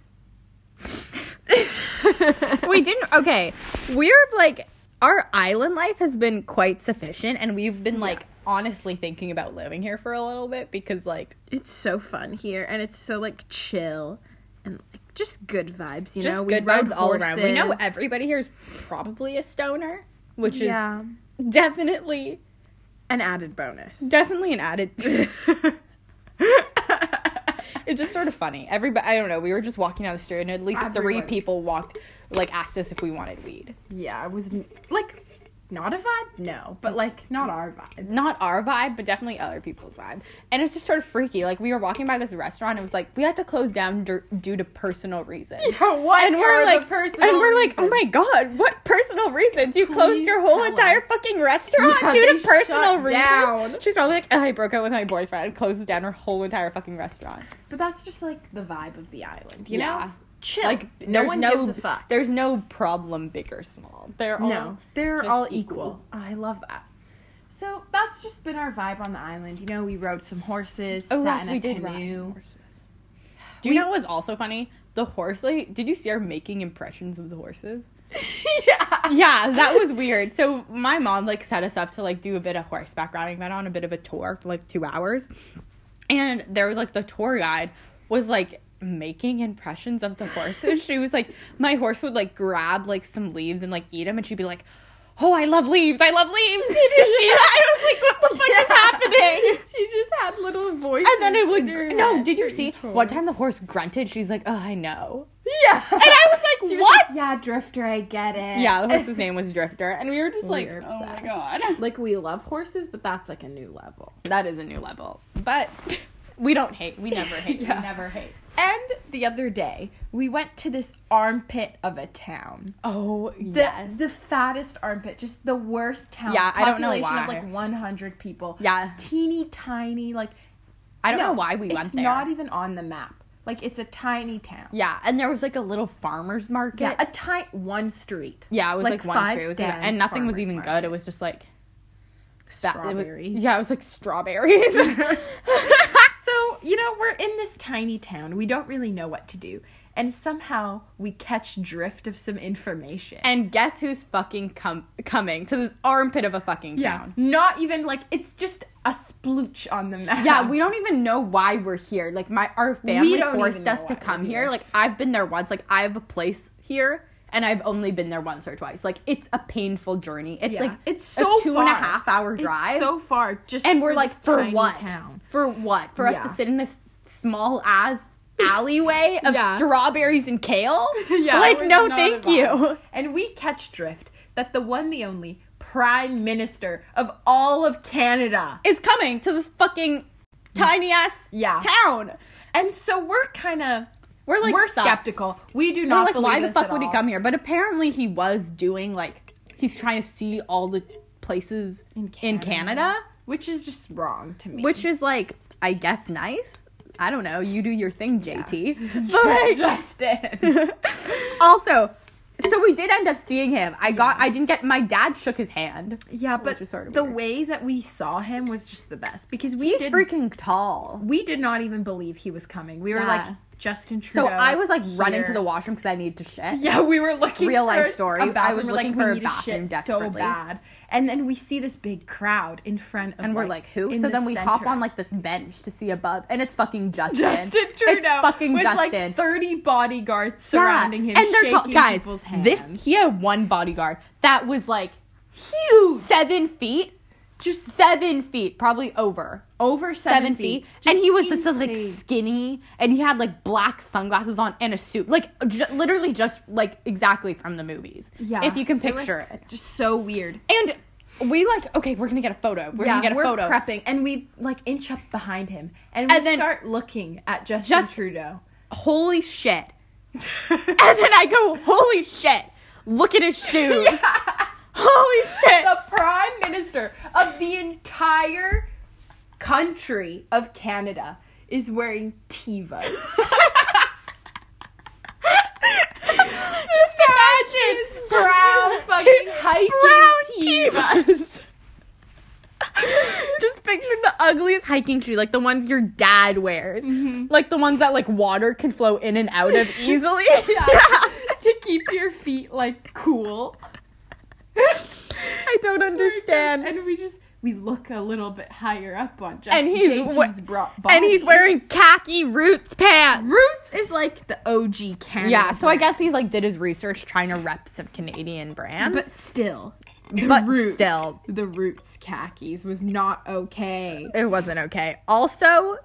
Speaker 1: we didn't. Okay, we're like our island life has been quite sufficient, and we've been like honestly thinking about living here for a little bit because like
Speaker 2: It's so fun here, and it's so like chill and like just good vibes. You
Speaker 1: just
Speaker 2: know,
Speaker 1: good vibes all around. We know
Speaker 2: horses.
Speaker 1: everybody here is probably a stoner, which
Speaker 2: Yeah,
Speaker 1: is definitely
Speaker 2: an added bonus.
Speaker 1: definitely an added it's just sort of funny everybody i don't know we were just walking down the street and at least three
Speaker 2: Everyone.
Speaker 1: people walked like asked us if we wanted weed
Speaker 2: yeah, it was n- like not a vibe. No, but like not our vibe.
Speaker 1: not our vibe but definitely other people's vibe and it's just sort of freaky like we were walking by this restaurant it was like we had to close down dur- due to personal reasons
Speaker 2: what
Speaker 1: and we're like and we're like oh my god what personal reasons you closed
Speaker 2: Please
Speaker 1: your whole
Speaker 2: tell
Speaker 1: entire
Speaker 2: us.
Speaker 1: fucking restaurant
Speaker 2: Yeah,
Speaker 1: due
Speaker 2: they
Speaker 1: to personal
Speaker 2: shut down.
Speaker 1: reasons she's probably like "Oh, i broke up with my boyfriend closes down her whole entire fucking restaurant
Speaker 2: But that's just like the vibe of the island, you
Speaker 1: Yeah.
Speaker 2: know? chill.
Speaker 1: Like
Speaker 2: no
Speaker 1: there's
Speaker 2: one
Speaker 1: no
Speaker 2: gives a fuck.
Speaker 1: there's no problem big or small. They're all
Speaker 2: No, they're
Speaker 1: just
Speaker 2: all equal. I love that. So that's just been our vibe on the island. You know, we rode some horses,
Speaker 1: Oh,
Speaker 2: sat
Speaker 1: yes,
Speaker 2: in a
Speaker 1: we did ride
Speaker 2: canoe.
Speaker 1: horses. Do you know what was also funny? The horse lady. Did you see her making impressions of the horses?
Speaker 2: yeah.
Speaker 1: yeah, that was weird. So my mom like set us up to like do a bit of horseback riding, went on a bit of a tour for like two hours, and there was like the tour guide was like making impressions of the horses. she was like, my horse would like grab like some leaves and like eat them, and she'd be like. Oh, I love leaves! I love leaves! Did you see that? I was like, what the fuck is happening?
Speaker 2: she just had little voices.
Speaker 1: And then it would.
Speaker 2: in her
Speaker 1: No,
Speaker 2: head
Speaker 1: did you
Speaker 2: for
Speaker 1: see?
Speaker 2: each
Speaker 1: One
Speaker 2: one.
Speaker 1: time the horse grunted. She's like, oh, I know.
Speaker 2: Yeah.
Speaker 1: And I was like,
Speaker 2: She was
Speaker 1: what?
Speaker 2: like, yeah, Drifter, I get it.
Speaker 1: yeah, the horse's name was Drifter. And we were just
Speaker 2: We
Speaker 1: like,
Speaker 2: were
Speaker 1: oh my
Speaker 2: obsessed.
Speaker 1: god.
Speaker 2: Like we love horses, but that's like a new level.
Speaker 1: That is a new level. But we don't hate. We never hate.
Speaker 2: Yeah.
Speaker 1: We never hate.
Speaker 2: And the other day, we went to this armpit of a town.
Speaker 1: Oh,
Speaker 2: The the fattest armpit, just the worst town.
Speaker 1: Yeah, I don't know
Speaker 2: Population of
Speaker 1: why.
Speaker 2: like 100 people.
Speaker 1: Yeah.
Speaker 2: Teeny tiny like
Speaker 1: I don't
Speaker 2: no,
Speaker 1: know why we went
Speaker 2: It's
Speaker 1: there.
Speaker 2: not e- even on the map. Like it's a tiny town.
Speaker 1: yeah, and there was like a little farmer's market.
Speaker 2: Yeah, a tiny one street.
Speaker 1: Yeah, it was like, one
Speaker 2: five
Speaker 1: street. It was like-
Speaker 2: stands,
Speaker 1: and nothing was
Speaker 2: farmer's
Speaker 1: even
Speaker 2: market.
Speaker 1: good. It was just like that- it was-
Speaker 2: strawberries.
Speaker 1: yeah, it was like strawberries.
Speaker 2: so, you know, we're in this tiny town. We don't really know what to do. And somehow we catch drift of some information.
Speaker 1: and guess who's fucking com- coming to this armpit of a fucking town?
Speaker 2: Not even like it's just a splooch on the map.
Speaker 1: Yeah, we don't even know why we're here. Like my our family
Speaker 2: don't
Speaker 1: forced
Speaker 2: even
Speaker 1: us
Speaker 2: know
Speaker 1: to
Speaker 2: why
Speaker 1: come
Speaker 2: we're
Speaker 1: here.
Speaker 2: here.
Speaker 1: Like I've been there once. Like I have a place here and I've only been there once or twice. Like it's a painful journey. It's
Speaker 2: Yeah.
Speaker 1: like
Speaker 2: it's
Speaker 1: a
Speaker 2: so
Speaker 1: two and a
Speaker 2: far.
Speaker 1: half hour
Speaker 2: It's
Speaker 1: drive.
Speaker 2: so far just
Speaker 1: and we're
Speaker 2: for
Speaker 1: like
Speaker 2: this
Speaker 1: for
Speaker 2: tiny
Speaker 1: what?
Speaker 2: town.
Speaker 1: For what? For us to
Speaker 2: Yeah.
Speaker 1: sit in this small ass alleyway of
Speaker 2: Yeah,
Speaker 1: strawberries and kale?
Speaker 2: Yeah,
Speaker 1: Like
Speaker 2: we're
Speaker 1: no
Speaker 2: not
Speaker 1: thank
Speaker 2: involved.
Speaker 1: you.
Speaker 2: And we catch drift that the one the only prime minister of all of Canada.
Speaker 1: Is coming to this fucking tiny ass
Speaker 2: Yeah.
Speaker 1: town.
Speaker 2: And so we're kind of
Speaker 1: We're like
Speaker 2: we're
Speaker 1: sus.
Speaker 2: skeptical. We do
Speaker 1: We're
Speaker 2: not
Speaker 1: like,
Speaker 2: believe
Speaker 1: why the
Speaker 2: this
Speaker 1: fuck
Speaker 2: at
Speaker 1: would he
Speaker 2: all.
Speaker 1: come here? But apparently he was doing like he's trying to see all the places in Canada,
Speaker 2: Which is just wrong to me.
Speaker 1: which is like I guess nice. I don't know. You do your thing, JT. But
Speaker 2: Justin.
Speaker 1: like, also, so we did end up seeing him. I got I didn't get my dad shook his hand.
Speaker 2: yeah, but
Speaker 1: is sorta
Speaker 2: the
Speaker 1: weird.
Speaker 2: way that we saw him was just the best because we
Speaker 1: He's
Speaker 2: did
Speaker 1: freaking tall.
Speaker 2: we did not even believe he was coming. We were
Speaker 1: Yeah.
Speaker 2: like Justin
Speaker 1: So
Speaker 2: Trudeau.
Speaker 1: I was like running
Speaker 2: here.
Speaker 1: to the washroom because I needed to shit.
Speaker 2: Yeah, we were looking
Speaker 1: Real
Speaker 2: for
Speaker 1: life story.
Speaker 2: A bathroom.
Speaker 1: I was
Speaker 2: we're
Speaker 1: looking
Speaker 2: like,
Speaker 1: for a
Speaker 2: we need
Speaker 1: bathroom
Speaker 2: to shit so
Speaker 1: desperately.
Speaker 2: bad. And then we see this big crowd in front of
Speaker 1: And we're like, who?
Speaker 2: in
Speaker 1: So
Speaker 2: the
Speaker 1: then we hop
Speaker 2: center.
Speaker 1: on like this bench to see above, and it's fucking Justin.
Speaker 2: Justin Trudeau
Speaker 1: It's fucking
Speaker 2: with
Speaker 1: Justin.
Speaker 2: like 30 bodyguards surrounding him
Speaker 1: And they're
Speaker 2: shaking
Speaker 1: tall guys.
Speaker 2: people's hands.
Speaker 1: This he had one bodyguard that was like huge, seven feet,
Speaker 2: just
Speaker 1: seven feet, probably over.
Speaker 2: over
Speaker 1: Seven,
Speaker 2: seven,
Speaker 1: feet,
Speaker 2: Just
Speaker 1: and he was just like
Speaker 2: insane.
Speaker 1: skinny, and he had like black sunglasses on and a suit, like ju- literally just like exactly from the movies.
Speaker 2: yeah,
Speaker 1: if you can
Speaker 2: It was
Speaker 1: picture it.
Speaker 2: Just so weird.
Speaker 1: And we like okay, we're gonna get a photo. We're
Speaker 2: yeah,
Speaker 1: gonna get a
Speaker 2: we're
Speaker 1: photo.
Speaker 2: prepping, and we like inch up behind him, and we
Speaker 1: And then-
Speaker 2: start looking at Justin
Speaker 1: Just-
Speaker 2: Trudeau.
Speaker 1: Holy shit! And then I go, holy shit! Look at his shoes. Holy shit!
Speaker 2: the prime minister of the entire country of Canada is wearing tivas.
Speaker 1: Just imagine
Speaker 2: brown fucking hiking
Speaker 1: brown Tevas. Just picture the ugliest hiking shoe, like the ones your dad wears, like the ones that like water can flow in and out of easily.
Speaker 2: to keep your feet like cool.
Speaker 1: I don't understand.
Speaker 2: And we just we look a little bit higher up on just
Speaker 1: And he's
Speaker 2: JT's
Speaker 1: we-
Speaker 2: bro-
Speaker 1: And he's
Speaker 2: body.
Speaker 1: wearing khaki roots pants.
Speaker 2: Roots is like the OG Canada.
Speaker 1: Yeah, so I
Speaker 2: brand.
Speaker 1: guess he's like did his research trying to rep some Canadian brands.
Speaker 2: but still the
Speaker 1: But
Speaker 2: roots,
Speaker 1: still.
Speaker 2: the roots khakis was not okay.
Speaker 1: it wasn't okay. Also,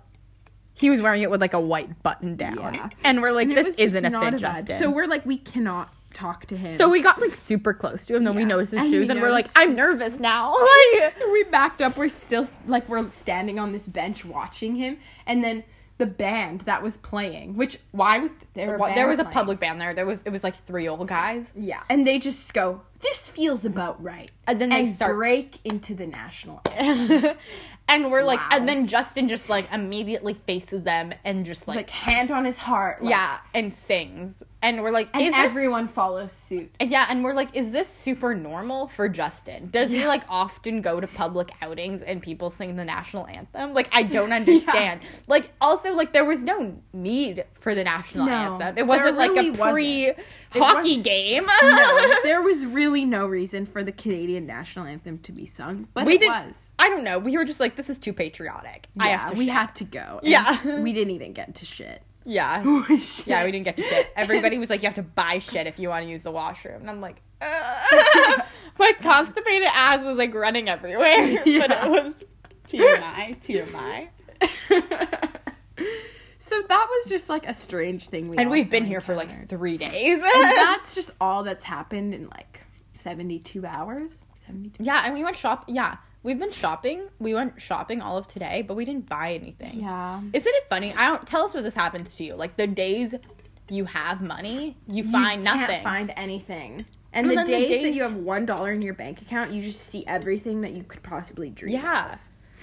Speaker 1: he was wearing it with like a white button down,
Speaker 2: Yeah.
Speaker 1: and we're like,
Speaker 2: And it was
Speaker 1: this
Speaker 2: just
Speaker 1: isn't a
Speaker 2: not
Speaker 1: fit,
Speaker 2: vibe.
Speaker 1: Justin.
Speaker 2: So
Speaker 1: So,
Speaker 2: we're like, we cannot talk to him.
Speaker 1: we got like super close to him. Then we
Speaker 2: Yeah.
Speaker 1: noticed his
Speaker 2: And we
Speaker 1: shoes, and we're like,
Speaker 2: noticed
Speaker 1: I'm nervous now. Like,
Speaker 2: we backed up. We're still s- like we're standing on this bench watching him, and then the band that was playing. Which why was there?
Speaker 1: Well,
Speaker 2: band
Speaker 1: there was a
Speaker 2: playing?
Speaker 1: public band there. There was it was like three old guys.
Speaker 2: Yeah, and they just go. This feels about right.
Speaker 1: and then they
Speaker 2: and
Speaker 1: start
Speaker 2: break into the national anthem.
Speaker 1: and we're like
Speaker 2: Wow.
Speaker 1: and then justin just like immediately faces them and just like,
Speaker 2: like hand on his heart. like-
Speaker 1: yeah and sings and we're like
Speaker 2: and
Speaker 1: is this-
Speaker 2: everyone follows suit.
Speaker 1: And Yeah, and we're like, is this super normal for Justin? Does he like often go to public outings and people sing the national anthem? Like, I don't understand. Like, also, like there was no need for the national
Speaker 2: No,
Speaker 1: anthem.
Speaker 2: there
Speaker 1: It wasn't
Speaker 2: really
Speaker 1: like a
Speaker 2: wasn't.
Speaker 1: pre hockey
Speaker 2: wasn't-
Speaker 1: game.
Speaker 2: No, there was really no reason for the Canadian national anthem to be sung, but
Speaker 1: we
Speaker 2: it
Speaker 1: did.
Speaker 2: was.
Speaker 1: I don't know. We were just like, this is too patriotic. I
Speaker 2: yeah,
Speaker 1: have to.
Speaker 2: we
Speaker 1: shit.
Speaker 2: had to go. and
Speaker 1: Yeah.
Speaker 2: we didn't even get to shit.
Speaker 1: Yeah. Yeah,
Speaker 2: Shit.
Speaker 1: we didn't get to shit. Everybody was like, you have to buy shit if you want to use the washroom. And I'm like, "Ugh." my constipated ass was like running everywhere. But
Speaker 2: Yeah.
Speaker 1: it was TMI, TMI.
Speaker 2: so that was just like a strange thing. We
Speaker 1: And we've
Speaker 2: also
Speaker 1: been here for
Speaker 2: encountered.
Speaker 1: like three days.
Speaker 2: And that's just all that's happened in like seventy-two hours. Seventy-two.
Speaker 1: yeah, and we went shop. Yeah, we've been shopping. We went shopping all of today, but we didn't buy anything.
Speaker 2: Yeah.
Speaker 1: Isn't it funny? I don't tell us where this happens to you. Like the days you have money, you find
Speaker 2: you
Speaker 1: nothing.
Speaker 2: Can't find anything. And,
Speaker 1: And
Speaker 2: the,
Speaker 1: then the
Speaker 2: days that
Speaker 1: days-
Speaker 2: you have one dollar in your bank account, you just see everything that you could possibly dream. of.
Speaker 1: yeah.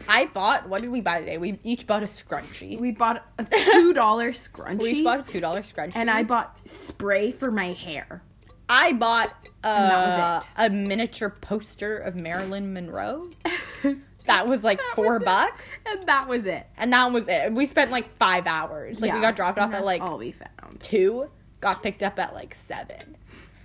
Speaker 1: I bought, what did we buy today? We each bought a scrunchie.
Speaker 2: We bought a two dollar scrunchie.
Speaker 1: We each bought a two dollar scrunchie,
Speaker 2: and I bought spray for my hair.
Speaker 1: I bought uh,
Speaker 2: that
Speaker 1: a miniature poster of Marilyn Monroe. That was like
Speaker 2: That
Speaker 1: four
Speaker 2: was it.
Speaker 1: bucks,
Speaker 2: And that was it.
Speaker 1: and that was it. We spent like five hours. Like we
Speaker 2: Yeah.
Speaker 1: got dropped off
Speaker 2: And
Speaker 1: at
Speaker 2: that's
Speaker 1: like
Speaker 2: all we found.
Speaker 1: two, got picked up at like seven.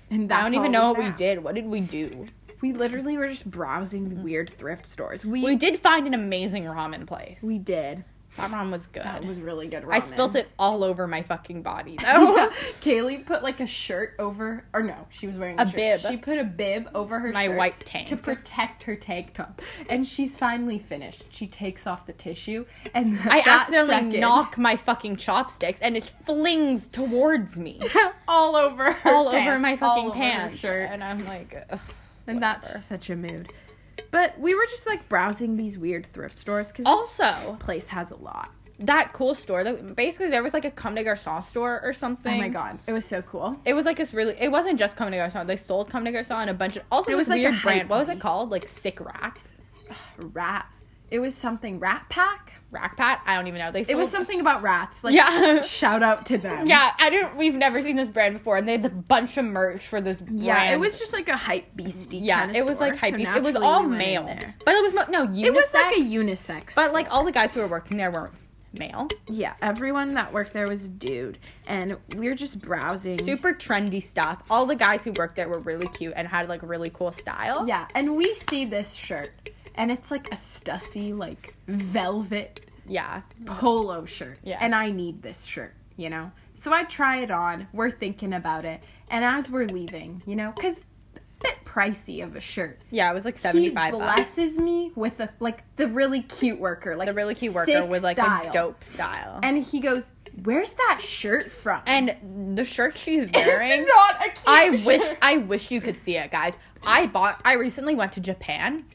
Speaker 2: And
Speaker 1: I
Speaker 2: that's
Speaker 1: don't even
Speaker 2: all
Speaker 1: know what we
Speaker 2: found.
Speaker 1: did. What did we do?
Speaker 2: We literally were just browsing the weird thrift stores. We
Speaker 1: We did find an amazing ramen place.
Speaker 2: we did.
Speaker 1: that ramen was good.
Speaker 2: That was really good. Ramen.
Speaker 1: I spilt it all over my fucking body though.
Speaker 2: Kaylee put like a shirt over, or no, she was wearing a,
Speaker 1: A
Speaker 2: shirt.
Speaker 1: bib.
Speaker 2: She put a bib over her
Speaker 1: My
Speaker 2: shirt
Speaker 1: white tank.
Speaker 2: to protect her tank top. And she's finally finished. She takes off the tissue, and
Speaker 1: I
Speaker 2: that
Speaker 1: accidentally
Speaker 2: second-
Speaker 1: knock my fucking chopsticks, and it flings towards me.
Speaker 2: all over her
Speaker 1: all over
Speaker 2: pants,
Speaker 1: my
Speaker 2: all
Speaker 1: fucking
Speaker 2: over her
Speaker 1: pants.
Speaker 2: shirt.
Speaker 1: And I'm like, ugh.
Speaker 2: And that's such a mood. But we were just like browsing these weird thrift stores because this
Speaker 1: also
Speaker 2: place has a lot.
Speaker 1: that cool store. That basically there was like a Comme des Garçons store or something.
Speaker 2: Oh my god, it was so cool.
Speaker 1: It was like this really. It wasn't just Comme des Garçons. They sold Comme des Garçons and a bunch of also
Speaker 2: It
Speaker 1: it
Speaker 2: was
Speaker 1: was
Speaker 2: like a
Speaker 1: weird
Speaker 2: hype
Speaker 1: brand. What was it
Speaker 2: place.
Speaker 1: called? Like sick rack,
Speaker 2: Rat. It was something Rat Pack.
Speaker 1: rack pat. I don't even know. They sold,
Speaker 2: It was something about rats. Like
Speaker 1: Yeah.
Speaker 2: shout out to them.
Speaker 1: Yeah, I don't. We've never seen this brand before, and they had a bunch of merch for this. Brand.
Speaker 2: Yeah, it was just like a hype beasty.
Speaker 1: Yeah,
Speaker 2: kinda
Speaker 1: it was like
Speaker 2: store,
Speaker 1: hype.
Speaker 2: so
Speaker 1: it was
Speaker 2: naturally
Speaker 1: all
Speaker 2: we went in
Speaker 1: male,
Speaker 2: there.
Speaker 1: but it was mo- no. Unisex,
Speaker 2: It was like a unisex.
Speaker 1: But like all the guys who were working there were male.
Speaker 2: yeah, everyone that worked there was a dude, and we were just browsing.
Speaker 1: Super trendy stuff. All the guys who worked there were really cute and had like really cool style.
Speaker 2: Yeah, and we see this shirt, and it's like a stussy like velvet
Speaker 1: Yeah.
Speaker 2: polo shirt.
Speaker 1: Yeah.
Speaker 2: and I need this shirt, you know. So I try it on. We're thinking about it, and as we're leaving, you know, because bit pricey of a shirt.
Speaker 1: Yeah, it was like seventy five
Speaker 2: He
Speaker 1: bucks.
Speaker 2: blesses me with a like the really cute worker, like
Speaker 1: The really cute
Speaker 2: sick
Speaker 1: worker with like
Speaker 2: style.
Speaker 1: a dope style. And,
Speaker 2: And he goes, "Where's that shirt from?"
Speaker 1: the shirt she's wearing.
Speaker 2: not a cute
Speaker 1: I wish I wish you could see it, guys. I bought I recently went to Japan.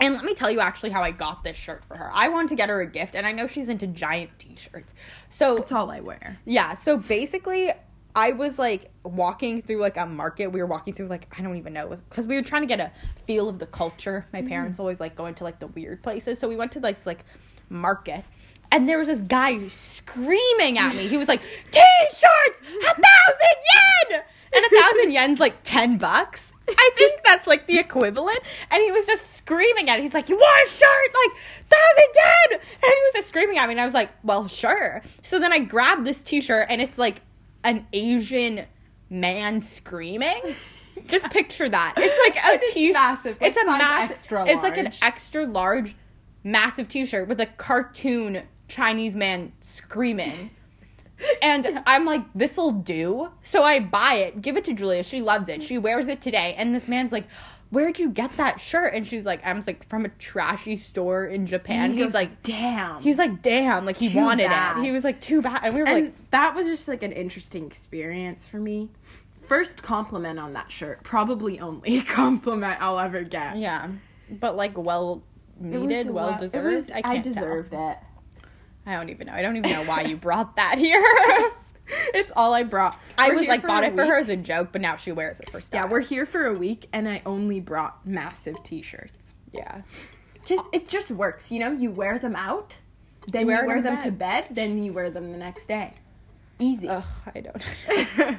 Speaker 1: And let me tell you actually how I got this shirt for her. I wanted to get her a gift and I know she's into giant t-shirts. So
Speaker 2: That's all I wear.
Speaker 1: Yeah, so basically I was like walking through like a market. We were walking through like I don't even know cuz we were trying to get a feel of the culture. My parents always like going to like the weird places. So we went to like this like market and there was this guy screaming at me. He was like, "T-shirts, a thousand yen!" And a thousand yen's like ten bucks. I think that's like the equivalent. And he was just screaming at it. He's like, "You want a shirt? Like thousand yen!" And he was just screaming at me. And I was like, "Well, sure." So then I grabbed this T-shirt, and it's like an Asian man screaming. Just picture that. It's like a T-shirt.
Speaker 2: massive, like
Speaker 1: It's a
Speaker 2: size
Speaker 1: massive.
Speaker 2: extra
Speaker 1: It's like an
Speaker 2: large.
Speaker 1: extra large, massive T-shirt with a cartoon Chinese man screaming. And I'm like, this'll do. So I buy it, give it to Julia. She loves it. She wears it today. And this man's like, Where'd you get that shirt? And she's like, I'm just like from a trashy store in Japan.
Speaker 2: And
Speaker 1: he's
Speaker 2: he goes,
Speaker 1: like
Speaker 2: "Damn."
Speaker 1: he's like, damn, like he
Speaker 2: Too
Speaker 1: wanted
Speaker 2: bad.
Speaker 1: it. He was like, too bad. And we were
Speaker 2: and
Speaker 1: like,
Speaker 2: that was just like an interesting experience for me. First compliment on that shirt, probably only compliment I'll ever get.
Speaker 1: Yeah. But like well
Speaker 2: It was
Speaker 1: needed,
Speaker 2: a
Speaker 1: well
Speaker 2: lot- it
Speaker 1: deserved.
Speaker 2: was-
Speaker 1: I
Speaker 2: I
Speaker 1: can't tell.
Speaker 2: deserved it.
Speaker 1: I don't even know. I don't even know why you brought that here. it's all I brought. I
Speaker 2: We're
Speaker 1: was
Speaker 2: here
Speaker 1: like
Speaker 2: for
Speaker 1: bought
Speaker 2: a
Speaker 1: it for her
Speaker 2: week.
Speaker 1: as a joke, but now she wears it for stuff.
Speaker 2: Yeah, we're here for a week, and I only brought massive T-shirts.
Speaker 1: yeah.
Speaker 2: Just it just works, you know. You wear them out, then you
Speaker 1: wear
Speaker 2: wear,
Speaker 1: them to
Speaker 2: them to bed, then you wear them the next day. Easy.
Speaker 1: Ugh, I don't.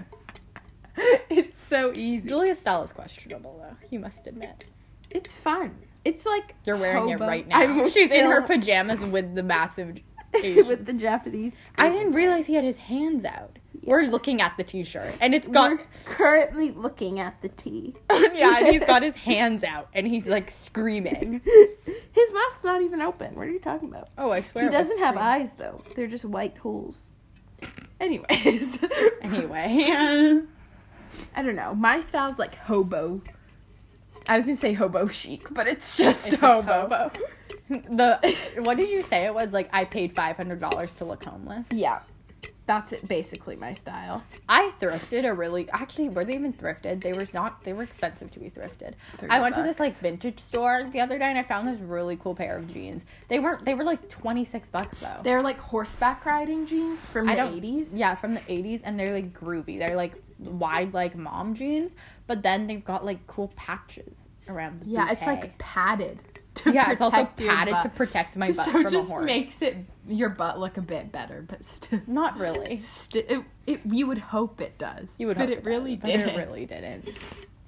Speaker 2: it's so easy.
Speaker 1: Julia Style is questionable though. You must admit.
Speaker 2: It's fun. It's like
Speaker 1: You're wearing
Speaker 2: hobo-
Speaker 1: it right now.
Speaker 2: I'm
Speaker 1: She's in her
Speaker 2: still-
Speaker 1: pajamas with the massive. Asian.
Speaker 2: with the Japanese.
Speaker 1: I didn't realize he had his hands out. We're looking at the T-shirt, and it's got Oh,
Speaker 2: currently looking at the tea.
Speaker 1: yeah, and he's got his hands out, and he's like screaming.
Speaker 2: His mouth's not even open. What are you talking about?
Speaker 1: Oh, I swear it
Speaker 2: He
Speaker 1: was
Speaker 2: doesn't have
Speaker 1: screaming.
Speaker 2: eyes though. They're just white holes. Anyways,
Speaker 1: Anyway,
Speaker 2: I don't know. My style's like hobo. I was gonna say hobo chic, but it's just
Speaker 1: It's just
Speaker 2: hobo.
Speaker 1: hobo. the what did you say it was? Like I paid five hundred dollars to look homeless.
Speaker 2: Yeah, that's it. Basically, my style.
Speaker 1: I thrifted a really actually were they even thrifted? They were not. They were expensive to be thrifted.
Speaker 2: 30
Speaker 1: I went to this
Speaker 2: bucks.
Speaker 1: like vintage store the other day and I found this really cool pair of jeans. They weren't. They were like twenty six bucks though.
Speaker 2: They're like horseback riding jeans from
Speaker 1: I
Speaker 2: the
Speaker 1: don't-
Speaker 2: eighties.
Speaker 1: Yeah, from the 80s, and they're like groovy. They're like wide, like mom jeans, but then they've got like cool patches around the
Speaker 2: Yeah, it's
Speaker 1: bouquet.
Speaker 2: like padded. To
Speaker 1: yeah, it's also
Speaker 2: protect your
Speaker 1: padded
Speaker 2: butt.
Speaker 1: to protect my butt
Speaker 2: so
Speaker 1: from
Speaker 2: it
Speaker 1: a
Speaker 2: just
Speaker 1: horse.
Speaker 2: makes it your butt look a bit better, but still.
Speaker 1: Not really.
Speaker 2: St- it, it, you would hope it does.
Speaker 1: You would,
Speaker 2: but
Speaker 1: hope
Speaker 2: it, really
Speaker 1: does, but
Speaker 2: didn't.
Speaker 1: It really didn't.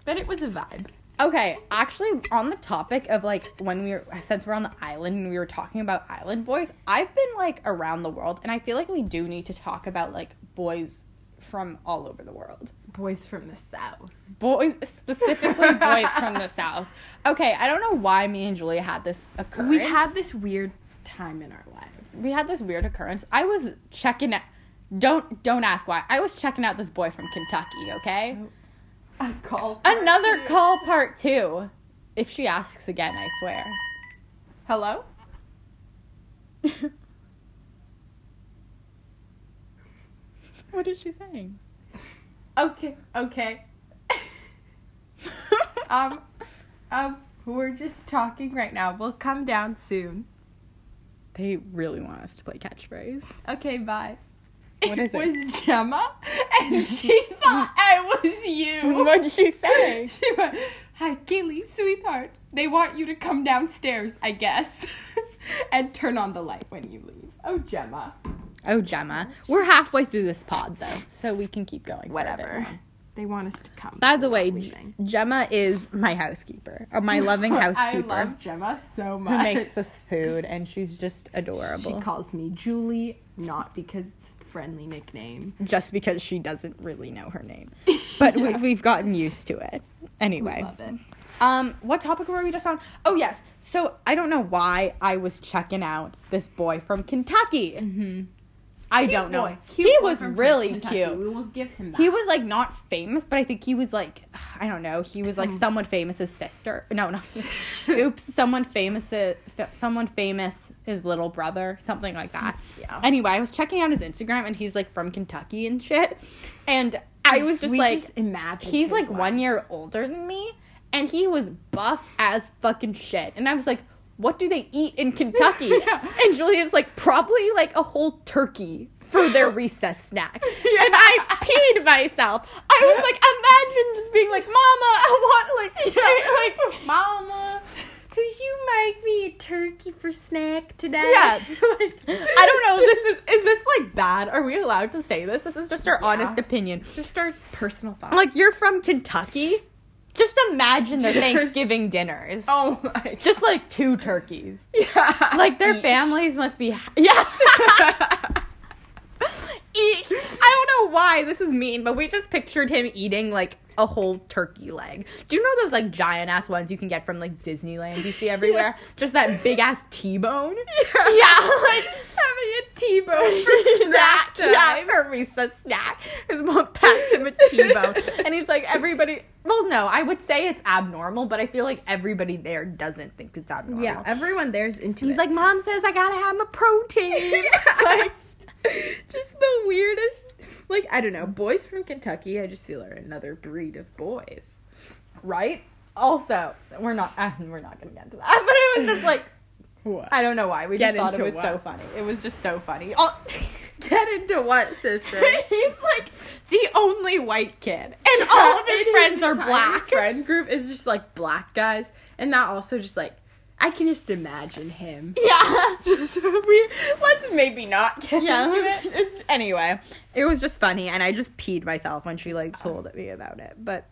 Speaker 2: But it was a vibe.
Speaker 1: Okay, actually, on the topic of like when we were, since we're on the island and we were talking about island boys, I've been like around the world and I feel like we do need to talk about like boys from all over the world.
Speaker 2: Boys from the South.
Speaker 1: Boys, specifically boys from the South. Okay, I don't know why me and Julia had this occurrence.
Speaker 2: We had this weird time in our lives.
Speaker 1: we had this weird occurrence. I was checking out. Don't don't ask why. I was checking out this boy from Kentucky. Okay,
Speaker 2: A call.
Speaker 1: another call part two. If she asks again, I swear.
Speaker 2: Hello?
Speaker 1: What is she saying?
Speaker 2: Okay, okay. um, um, we're just talking right now. We'll come down soon.
Speaker 1: They really want us to play catchphrase.
Speaker 2: Okay, bye.
Speaker 1: What is it?
Speaker 2: was Gemma, and she thought I was you.
Speaker 1: What did she say?
Speaker 2: She went, Hi, Kaylee, sweetheart. They want you to come downstairs, I guess, and turn on the light when you leave. Oh, Gemma.
Speaker 1: Oh, Gemma, we're halfway through this pod though, so we can keep going. for a bit more.
Speaker 2: They want us to come.
Speaker 1: By the way, G-
Speaker 2: leaving.
Speaker 1: Gemma is my housekeeper, or my loving housekeeper,
Speaker 2: I love Gemma
Speaker 1: who
Speaker 2: so much.
Speaker 1: makes us food, and she's just
Speaker 2: she
Speaker 1: adorable.
Speaker 2: calls me Julie, not because it's a friendly nickname.
Speaker 1: just because she doesn't really know her name, but we, we've gotten used to it. Anyway,
Speaker 2: Love it.
Speaker 1: um, what topic were we just on? Oh yes, so I don't know why I was checking out this boy from Kentucky. Mm-hmm. I don't know. he was really cute.
Speaker 2: We will give him that.
Speaker 1: He was like not famous, but I think he was like I don't know. He was like someone famous's sister. No, no. Oops, someone famous. uh, Someone famous. His little brother, something like that.
Speaker 2: Yeah.
Speaker 1: Anyway, I was checking out his Instagram, and he's like from Kentucky and shit. And I was just
Speaker 2: we
Speaker 1: like,
Speaker 2: just imagine
Speaker 1: he's
Speaker 2: his
Speaker 1: like
Speaker 2: life.
Speaker 1: one year older than me, and he was buff as fucking shit. And I was like, what do they eat in Kentucky?
Speaker 2: Yeah.
Speaker 1: And Julia's like, probably like a whole turkey for their recess snack. And I peed myself. I was like, imagine just being like, Mama, I want like, I- like,
Speaker 2: Mama, could you make me a turkey for snack today?
Speaker 1: yeah. Like, I don't know. This is is this like bad? Are we allowed to say this? This is just our
Speaker 2: Yeah.
Speaker 1: honest opinion.
Speaker 2: Just our personal thoughts.
Speaker 1: Like, you're from Kentucky. Just imagine their
Speaker 2: Just-
Speaker 1: Thanksgiving dinners.
Speaker 2: oh my.
Speaker 1: Just like two turkeys.
Speaker 2: Yeah.
Speaker 1: Like their
Speaker 2: Each.
Speaker 1: families must be yeah. Eat. I don't know why this is mean, but we just pictured him eating like a whole turkey leg. Do you know those like giant ass ones you can get from like Disneyland you see everywhere? Just that big ass T-bone.
Speaker 2: Yeah.
Speaker 1: Yeah, like
Speaker 2: having a T-bone for
Speaker 1: snack
Speaker 2: snack time.
Speaker 1: Yeah, for recess snack. His mom packs him a T-bone, and he's like, everybody. Well, no, I would say it's abnormal, but I feel like everybody there doesn't think it's abnormal.
Speaker 2: Yeah, everyone there's into
Speaker 1: He's
Speaker 2: it.
Speaker 1: like, Mom says I gotta have my protein. like,
Speaker 2: just the weirdest. Like I don't know, boys from Kentucky. I just feel are another breed of boys.
Speaker 1: right? Also, we're not uh, we're not gonna get into that. But it was just like
Speaker 2: What?
Speaker 1: I don't know why. We
Speaker 2: Get
Speaker 1: just thought it was
Speaker 2: into
Speaker 1: so
Speaker 2: what?
Speaker 1: funny. It was just so funny. Oh,
Speaker 2: Get into what, sister?
Speaker 1: He's like the only white kid, and all of his
Speaker 2: And
Speaker 1: friends are
Speaker 2: entire
Speaker 1: black.
Speaker 2: Friend group is just like black guys, and that also just like I can just imagine him.
Speaker 1: Yeah.
Speaker 2: Just we
Speaker 1: Let's maybe not get
Speaker 2: Yeah,
Speaker 1: into
Speaker 2: let's-
Speaker 1: it. It's, anyway, Oh. it was just funny, and I just peed myself when she like told me about it. But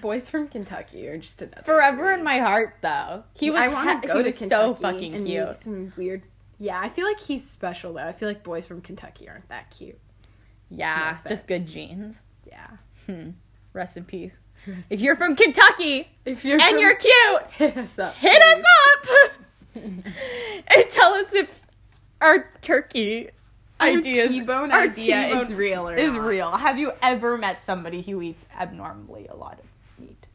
Speaker 2: boys from Kentucky are just another.
Speaker 1: forever in my heart, though. He was.
Speaker 2: I want to
Speaker 1: he
Speaker 2: go to
Speaker 1: was
Speaker 2: Kentucky
Speaker 1: so fucking
Speaker 2: and
Speaker 1: cute.
Speaker 2: Meet some weird. Yeah, I feel like he's special though. I feel like boys from Kentucky aren't that cute.
Speaker 1: Yeah,
Speaker 2: No
Speaker 1: just good genes.
Speaker 2: Yeah.
Speaker 1: Rest in peace. If you're from Kentucky
Speaker 2: If you're
Speaker 1: and you're cute,
Speaker 2: hit us up.
Speaker 1: hit us up and tell us if our turkey ideas,
Speaker 2: T-bone
Speaker 1: our
Speaker 2: idea is
Speaker 1: T-bone
Speaker 2: real or
Speaker 1: is
Speaker 2: not.
Speaker 1: real. Have you ever met somebody who eats abnormally a lot of meat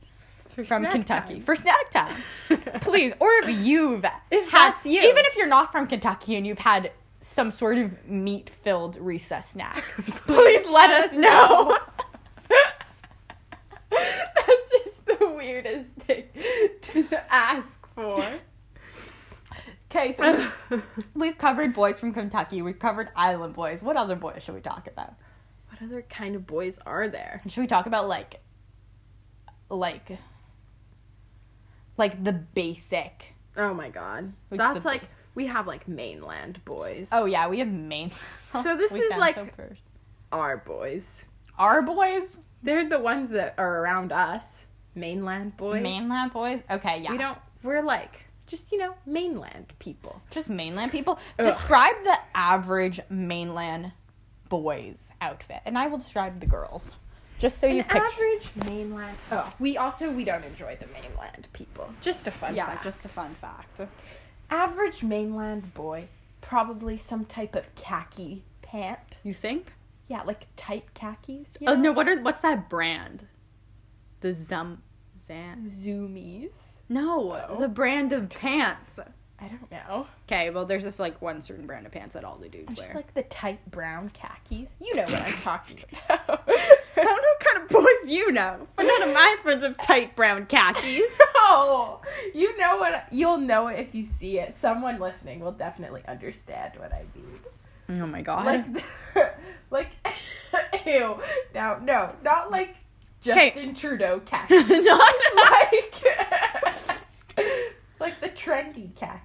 Speaker 2: For
Speaker 1: from
Speaker 2: snack
Speaker 1: Kentucky
Speaker 2: time.
Speaker 1: for snack time? Please, or if you've
Speaker 2: If
Speaker 1: had-
Speaker 2: that's you.
Speaker 1: even if you're not from Kentucky and you've had some sort of meat-filled recess snack, please let us know.
Speaker 2: That's just the weirdest thing to ask for.
Speaker 1: Okay, so we- we've covered boys from Kentucky. We've covered island boys. What other boys should we talk about?
Speaker 2: What other kind of boys are there?
Speaker 1: Should we talk about like, like, like the basic?
Speaker 2: Oh my god.
Speaker 1: Like
Speaker 2: That's
Speaker 1: the-
Speaker 2: like we have like mainland boys.
Speaker 1: Oh yeah, we have main.
Speaker 2: So this
Speaker 1: We
Speaker 2: is
Speaker 1: sound
Speaker 2: like-
Speaker 1: so Persian.
Speaker 2: our boys.
Speaker 1: our boys,
Speaker 2: They're the ones that are around us. Mainland boys.
Speaker 1: mainland boys. Okay, yeah,
Speaker 2: We don't we're like just, you know, mainland people.
Speaker 1: just mainland people.
Speaker 2: Ugh.
Speaker 1: Describe the average mainland boy's outfit, and I will describe the girls. Just so
Speaker 2: An
Speaker 1: you picture.
Speaker 2: average mainland Oh, we also we don't enjoy the mainland people. Just a fun
Speaker 1: yeah,
Speaker 2: fact.
Speaker 1: just a fun fact.
Speaker 2: average mainland boy, probably some type of khaki pant.
Speaker 1: You think?
Speaker 2: Yeah, like tight khakis. you
Speaker 1: Oh
Speaker 2: know?
Speaker 1: no! What are what's that brand? The Zum Zan.
Speaker 2: Zoomies.
Speaker 1: No,
Speaker 2: Oh.
Speaker 1: the brand of pants.
Speaker 2: I don't know.
Speaker 1: Okay, well, there's this like one certain brand of pants that all the dudes
Speaker 2: Just
Speaker 1: wear.
Speaker 2: like the tight brown khakis. You know what I'm talking
Speaker 1: I don't
Speaker 2: about.
Speaker 1: know what kind of boys you know, but none of my friends have tight brown khakis.
Speaker 2: oh, you know what? You'll know it if you see it. Someone listening will definitely understand what I mean.
Speaker 1: Oh my god.
Speaker 2: Like, the- like, ew. Now, no, not like
Speaker 1: Okay.
Speaker 2: Justin Trudeau khakis.
Speaker 1: Not
Speaker 2: like, like the trendy khaki.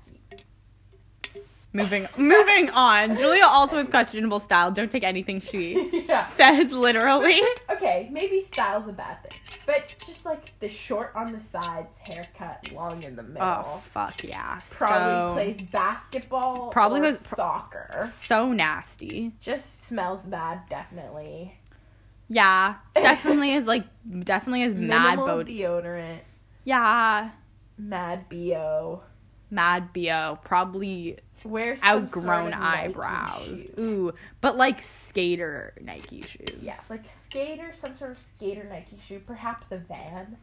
Speaker 1: moving moving on. Julia also has questionable style. Don't take anything she
Speaker 2: yeah.
Speaker 1: says literally.
Speaker 2: Okay, maybe style's a bad thing, but just like the short on the sides, haircut, long in the middle.
Speaker 1: Oh fuck yeah.
Speaker 2: probably
Speaker 1: so,
Speaker 2: plays basketball.
Speaker 1: Probably
Speaker 2: or
Speaker 1: was-
Speaker 2: soccer.
Speaker 1: so nasty.
Speaker 2: Just smells bad, definitely.
Speaker 1: Yeah, definitely is like definitely is mad bo.
Speaker 2: Minimal deodorant.
Speaker 1: yeah,
Speaker 2: Mad bo.
Speaker 1: mad bo. Probably
Speaker 2: Wears
Speaker 1: outgrown eyebrows. Ooh, but like skater Nike shoes.
Speaker 2: Yeah, like skater, some sort of skater Nike shoe, perhaps a van.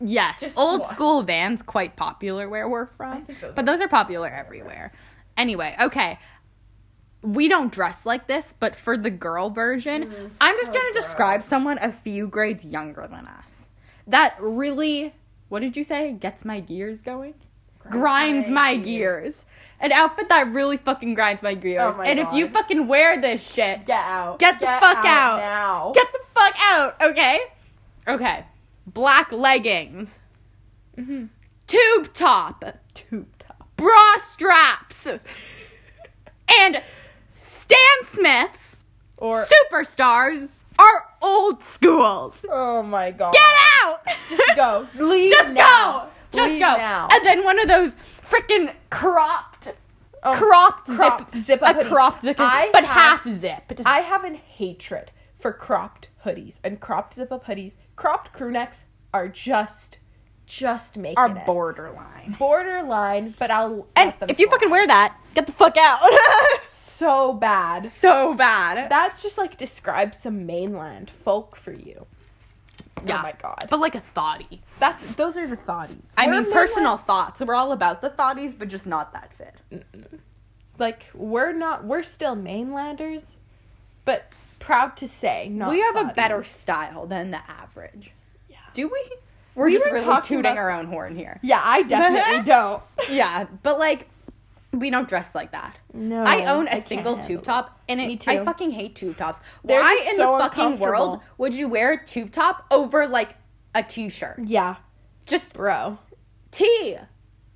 Speaker 1: Yes,
Speaker 2: Just
Speaker 1: old
Speaker 2: one.
Speaker 1: school Vans quite popular where we're
Speaker 2: I
Speaker 1: from,
Speaker 2: think those
Speaker 1: but
Speaker 2: are-
Speaker 1: those are popular everywhere. Anyway, okay. We don't dress like this, but for the girl version,
Speaker 2: Mm,
Speaker 1: I'm just
Speaker 2: so
Speaker 1: going to
Speaker 2: gross.
Speaker 1: describe someone a few grades younger than us. That really, what did you say? Gets my gears going? grinds my gears. An outfit that really fucking grinds my gears.
Speaker 2: Oh my
Speaker 1: and if you
Speaker 2: God.
Speaker 1: fucking wear this shit,
Speaker 2: Get out.
Speaker 1: Get the fuck out.
Speaker 2: now.
Speaker 1: get the fuck out, okay? Okay. Black leggings.
Speaker 2: Mhm.
Speaker 1: Tube top.
Speaker 2: tube top.
Speaker 1: Bra straps. and Stan Smith's
Speaker 2: Or
Speaker 1: superstars are old schools.
Speaker 2: oh my god.
Speaker 1: Get out!
Speaker 2: Just go. Leave
Speaker 1: Just
Speaker 2: now.
Speaker 1: go! Just
Speaker 2: Leave
Speaker 1: go.
Speaker 2: now.
Speaker 1: And then one of those freaking cropped,
Speaker 2: Oh,
Speaker 1: cropped,
Speaker 2: cropped
Speaker 1: zip,
Speaker 2: zip-up
Speaker 1: a
Speaker 2: hoodies.
Speaker 1: cropped zip,
Speaker 2: I
Speaker 1: but
Speaker 2: have-
Speaker 1: half zipped.
Speaker 2: I have a hatred for cropped hoodies and cropped zip up hoodies. Cropped crew necks are just, just making
Speaker 1: Are
Speaker 2: it.
Speaker 1: borderline.
Speaker 2: borderline, but I'll
Speaker 1: And
Speaker 2: let them
Speaker 1: if you
Speaker 2: slide.
Speaker 1: fucking wear that, get the fuck out.
Speaker 2: so bad.
Speaker 1: so bad.
Speaker 2: That's just like describes some mainland folk for you.
Speaker 1: Yeah.
Speaker 2: Oh my god.
Speaker 1: But like a thoughty.
Speaker 2: That's those are the thoughties.
Speaker 1: I
Speaker 2: We're
Speaker 1: mean,
Speaker 2: mainland-
Speaker 1: personal thoughts. We're all about the thoughties, but just not that fit.
Speaker 2: Like we're not. We're still mainlanders, but proud to say not.
Speaker 1: we have a
Speaker 2: thoughties.
Speaker 1: better style than the average.
Speaker 2: Yeah.
Speaker 1: Do we? We're
Speaker 2: We
Speaker 1: just
Speaker 2: were
Speaker 1: really
Speaker 2: talking
Speaker 1: tooting
Speaker 2: about-
Speaker 1: our own horn here.
Speaker 2: Yeah, I definitely don't.
Speaker 1: Yeah, but like, We don't dress like that.
Speaker 2: No,
Speaker 1: I own
Speaker 2: I
Speaker 1: a
Speaker 2: can't
Speaker 1: single
Speaker 2: handle
Speaker 1: tube
Speaker 2: it.
Speaker 1: top, and it,
Speaker 2: Me too.
Speaker 1: I fucking hate tube tops.
Speaker 2: They're
Speaker 1: Why
Speaker 2: just
Speaker 1: in
Speaker 2: so
Speaker 1: the fucking world
Speaker 2: uncomfortable.
Speaker 1: would you wear a tube top over like a t-shirt?
Speaker 2: Yeah,
Speaker 1: Just
Speaker 2: bro.
Speaker 1: tee,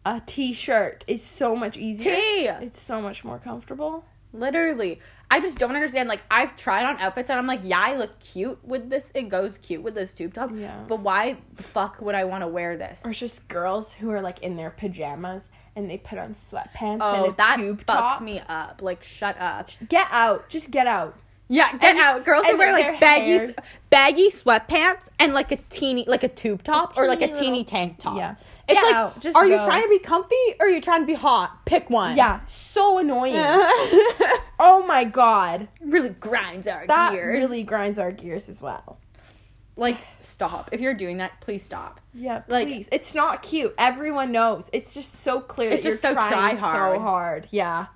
Speaker 2: A t-shirt is so much easier.
Speaker 1: tee.
Speaker 2: It's so much more comfortable.
Speaker 1: Literally, I just don't understand. Like I've tried on outfits, and I'm like, yeah, I look cute with this. It goes cute with this tube top.
Speaker 2: Yeah.
Speaker 1: But why the fuck would I want to wear this?
Speaker 2: Or it's just girls who are like in their pajamas and they put on sweatpants
Speaker 1: oh,
Speaker 2: and a
Speaker 1: that
Speaker 2: tube
Speaker 1: fucks
Speaker 2: top.
Speaker 1: me up. Like, shut up.
Speaker 2: Get out. Just get out.
Speaker 1: Yeah, get
Speaker 2: And-
Speaker 1: out. Girls who
Speaker 2: and
Speaker 1: wear
Speaker 2: if
Speaker 1: like
Speaker 2: they're
Speaker 1: baggy,
Speaker 2: haired-
Speaker 1: baggy sweatpants and like a teeny, like a tube top or like a
Speaker 2: teeny
Speaker 1: teeny
Speaker 2: little-
Speaker 1: tank top.
Speaker 2: Yeah.
Speaker 1: it's
Speaker 2: Get
Speaker 1: like,
Speaker 2: out. Just
Speaker 1: are you
Speaker 2: go.
Speaker 1: trying to be comfy or are you trying to be hot? Pick one.
Speaker 2: Yeah, so annoying. oh my god.
Speaker 1: really grinds our
Speaker 2: That
Speaker 1: gears.
Speaker 2: really grinds our gears as well.
Speaker 1: like, stop. If you're doing that, please stop.
Speaker 2: Yeah,
Speaker 1: Like-
Speaker 2: please. It's not cute. Everyone knows. It's just so clear
Speaker 1: It's
Speaker 2: that
Speaker 1: just
Speaker 2: you're
Speaker 1: so
Speaker 2: trying
Speaker 1: try-hard.
Speaker 2: so hard. Yeah.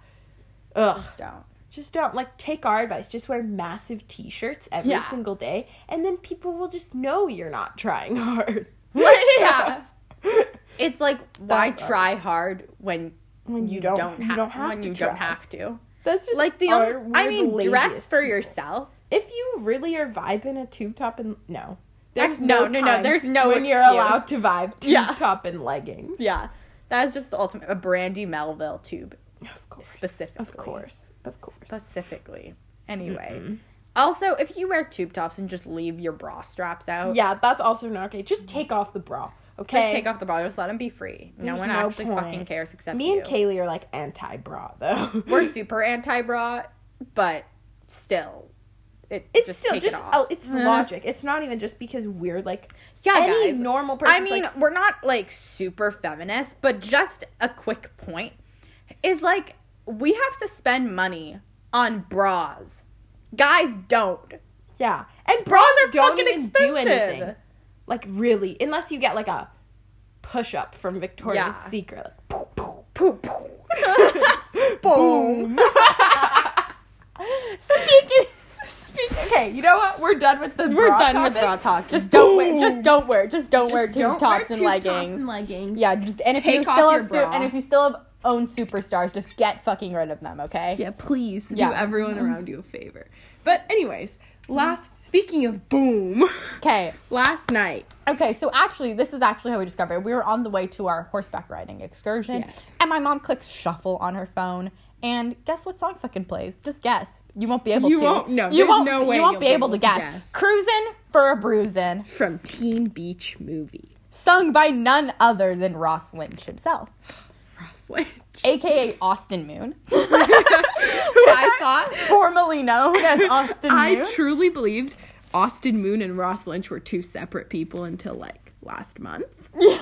Speaker 2: Ugh.
Speaker 1: Just don't.
Speaker 2: Just don't like take our advice. Just wear massive t-shirts every
Speaker 1: Yeah.
Speaker 2: single day and then people will just know you're not trying hard.
Speaker 1: yeah. It's like why
Speaker 2: That's-
Speaker 1: try hard when
Speaker 2: When
Speaker 1: you don't, ha-
Speaker 2: have
Speaker 1: when
Speaker 2: to
Speaker 1: you
Speaker 2: try.
Speaker 1: don't have to.
Speaker 2: That's just
Speaker 1: Like the only,
Speaker 2: our- we're
Speaker 1: I
Speaker 2: the
Speaker 1: mean, dress
Speaker 2: laziest
Speaker 1: for
Speaker 2: people.
Speaker 1: yourself.
Speaker 2: If you really are vibing a tube top and no.
Speaker 1: Ac- no, no, no,
Speaker 2: time
Speaker 1: there's no
Speaker 2: when you're
Speaker 1: excuse.
Speaker 2: allowed to vibe tube
Speaker 1: Yeah.
Speaker 2: top and leggings.
Speaker 1: Yeah, that is just the ultimate. A Brandy Melville tube
Speaker 2: Of course.
Speaker 1: Specifically.
Speaker 2: Of course. Of course.
Speaker 1: specifically. Anyway, also if you wear tube tops and just leave your bra straps out,
Speaker 2: yeah, that's also not okay. Just take off the bra. Okay.
Speaker 1: just take off the bra. Just let them be free. no
Speaker 2: There's
Speaker 1: one
Speaker 2: no
Speaker 1: actually
Speaker 2: point.
Speaker 1: fucking cares except
Speaker 2: Me and
Speaker 1: you.
Speaker 2: Kaylee are like anti bra though.
Speaker 1: We're super anti bra, but still, it
Speaker 2: it's
Speaker 1: just
Speaker 2: still
Speaker 1: take
Speaker 2: just
Speaker 1: it off.
Speaker 2: oh, it's logic. It's not even just because we're like
Speaker 1: Yeah,
Speaker 2: any
Speaker 1: guys.
Speaker 2: normal person.
Speaker 1: I mean, we're not like super feminist, but just a quick point is like we have to spend money on bras. Guys don't.
Speaker 2: yeah, and bras
Speaker 1: Bras are
Speaker 2: don't
Speaker 1: fucking
Speaker 2: even
Speaker 1: expensive.
Speaker 2: do anything. Like really, unless you get like a push up from Victoria's
Speaker 1: Yeah.
Speaker 2: Secret. Like, poof, poof.
Speaker 1: Poop. Boom. Speaking.
Speaker 2: Speak- Okay, you know what? We're done with the.
Speaker 1: We're
Speaker 2: bra
Speaker 1: done
Speaker 2: topic.
Speaker 1: with bra talk. Just don't wear.
Speaker 2: Boom.
Speaker 1: Just don't wear. Just don't
Speaker 2: Just
Speaker 1: wear tube
Speaker 2: don't
Speaker 1: tops and
Speaker 2: tube tops
Speaker 1: leggings.
Speaker 2: and leggings.
Speaker 1: yeah, just and if you
Speaker 2: Take off
Speaker 1: still
Speaker 2: your
Speaker 1: have su-
Speaker 2: bra.
Speaker 1: and if you still have own superstars, just get fucking rid of them. Okay.
Speaker 2: Yeah, please
Speaker 1: Yeah.
Speaker 2: do everyone
Speaker 1: Mm-hmm.
Speaker 2: around you a favor. But anyways, last speaking of boom,
Speaker 1: Okay.
Speaker 2: last night.
Speaker 1: Okay, so actually, this is actually how we discovered. it. We were on the way to our horseback riding excursion,
Speaker 2: Yes.
Speaker 1: and my mom clicks shuffle on her phone. And guess what song fucking plays? Just guess. You won't be able
Speaker 2: You
Speaker 1: to.
Speaker 2: won't- no,
Speaker 1: You
Speaker 2: there's
Speaker 1: won't.
Speaker 2: no way
Speaker 1: you won't
Speaker 2: you'll
Speaker 1: be able, to, guess. Cruisin' for a bruisin',
Speaker 2: from Teen Beach Movie.
Speaker 1: sung by none other than Ross Lynch himself,
Speaker 2: Ross Lynch.
Speaker 1: aka Austin Moon,
Speaker 2: I thought
Speaker 1: formerly known as Austin
Speaker 2: I
Speaker 1: Moon.
Speaker 2: truly believed Austin Moon and Ross Lynch were two separate people until like last month.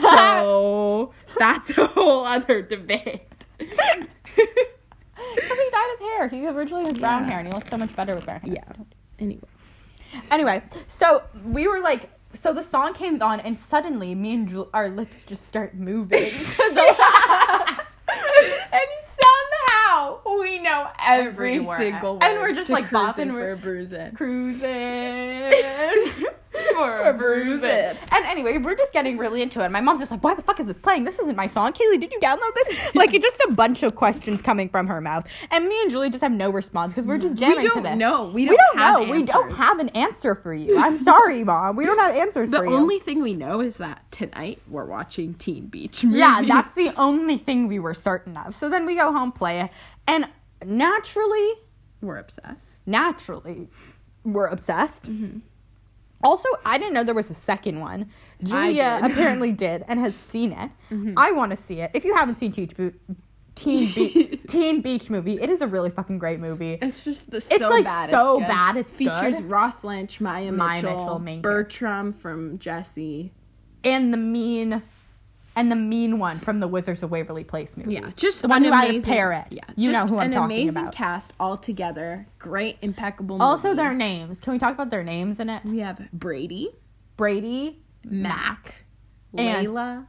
Speaker 2: So that's a whole other debate.
Speaker 1: Because he dyed his hair. He originally was brown
Speaker 2: Yeah.
Speaker 1: hair, and he looks so much better with brown hair.
Speaker 2: yeah. Anyway.
Speaker 1: Anyway, so we were like, so the song came on, and suddenly me and Jul- our lips just start moving. to the-
Speaker 2: and somehow we know every
Speaker 1: Every word.
Speaker 2: single word.
Speaker 1: And we're just,
Speaker 2: to
Speaker 1: like,
Speaker 2: cruising
Speaker 1: bopping,
Speaker 2: for
Speaker 1: we're-
Speaker 2: a bruising.
Speaker 1: Cruising for
Speaker 2: a bruising.
Speaker 1: And anyway, we're just getting really into it. My mom's just like, why the fuck is this playing? This isn't my song. Kaylee, did you download this? Like, it's just a bunch of questions coming from her mouth. And me and Julie just have no response because we're just jamming
Speaker 2: Mm.
Speaker 1: to
Speaker 2: We don't
Speaker 1: this.
Speaker 2: know. We
Speaker 1: We
Speaker 2: don't,
Speaker 1: don't
Speaker 2: have
Speaker 1: know. We don't
Speaker 2: answers.
Speaker 1: have an answer for you. I'm sorry, mom. We don't have answers
Speaker 2: The
Speaker 1: for you.
Speaker 2: only thing we know is that tonight we're watching Teen Beach Movie.
Speaker 1: Yeah, that's the only thing we were certain of. So then we go home, play it, and naturally,
Speaker 2: we're obsessed.
Speaker 1: naturally, we're obsessed.
Speaker 2: Mm-hmm.
Speaker 1: Also, I didn't know there was a second one. Julia
Speaker 2: did. Mm-hmm.
Speaker 1: apparently did and has seen it. I want to see it. If you haven't seen Teach Bo- Teen, Be- Teen Beach movie, it is a really fucking great movie.
Speaker 2: It's just the
Speaker 1: It's, like, so bad it's
Speaker 2: features
Speaker 1: good.
Speaker 2: Ross Lynch, Maya,
Speaker 1: Maya
Speaker 2: Mitchell,
Speaker 1: Mitchell, main
Speaker 2: Bertram from Jesse.
Speaker 1: And the mean, and the mean one from the Wizards of Waverly Place movie.
Speaker 2: Yeah, just
Speaker 1: Mm. the one
Speaker 2: an
Speaker 1: who had a
Speaker 2: amazing,
Speaker 1: parrot.
Speaker 2: Yeah,
Speaker 1: you know
Speaker 2: just
Speaker 1: who I'm
Speaker 2: an
Speaker 1: talking
Speaker 2: amazing
Speaker 1: about.
Speaker 2: cast altogether. Great, impeccable.
Speaker 1: also,
Speaker 2: movie.
Speaker 1: their names. Can we talk about their names in it?
Speaker 2: we have Brady,
Speaker 1: Brady,
Speaker 2: Mac,
Speaker 1: And-
Speaker 2: Layla,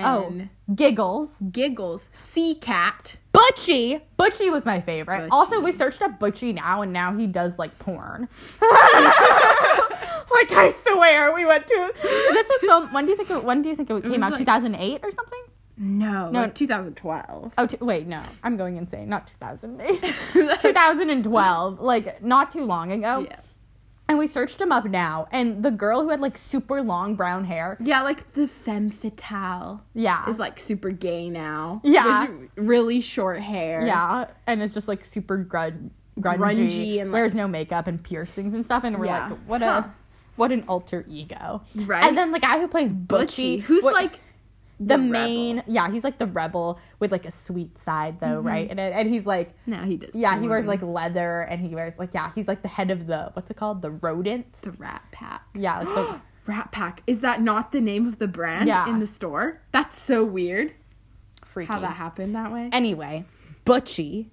Speaker 1: Oh,
Speaker 2: and
Speaker 1: giggles.
Speaker 2: Giggles, Sea Cat.
Speaker 1: Butchie. Butchie was my favorite.
Speaker 2: Butchie.
Speaker 1: Also, we searched up Butchie now, and now he does like porn. like I swear, we went to this was filmed. When do you think it, when do you think it came
Speaker 2: was,
Speaker 1: out?
Speaker 2: like-
Speaker 1: Two thousand eight or something?
Speaker 2: No,
Speaker 1: No.
Speaker 2: like 2012.
Speaker 1: Oh, t- wait, no. I'm going insane. Not 2008. 2012. Like, not too long ago.
Speaker 2: Yeah.
Speaker 1: And we searched him up now. And the girl who had, like, super long brown hair.
Speaker 2: Yeah, like the femme fatale
Speaker 1: Yeah.
Speaker 2: is like super gay now.
Speaker 1: Yeah.
Speaker 2: With really short hair.
Speaker 1: yeah. And is just, like, super grud- grungy.
Speaker 2: Grungy and, like-
Speaker 1: wears no makeup and piercings and stuff. And we're
Speaker 2: Yeah.
Speaker 1: like, what
Speaker 2: Huh.
Speaker 1: a. What an alter ego.
Speaker 2: Right?
Speaker 1: And then the guy who plays Butchie.
Speaker 2: Butchie, who's
Speaker 1: what-
Speaker 2: like
Speaker 1: the,
Speaker 2: the
Speaker 1: main.
Speaker 2: rebel. Mm-hmm.
Speaker 1: Yeah, he's like the rebel with like a sweet side though, right? And and he's like
Speaker 2: No, he does.
Speaker 1: Yeah, he wears
Speaker 2: porn.
Speaker 1: like leather and he wears like yeah, he's like the head of the what's it called? The rodents.
Speaker 2: the Rat Pack.
Speaker 1: Yeah, like the
Speaker 2: Rat Pack. Is that not the name of the brand
Speaker 1: Yeah.
Speaker 2: in the store? That's so weird.
Speaker 1: freaky.
Speaker 2: How that happened that way.
Speaker 1: Anyway, Butchie,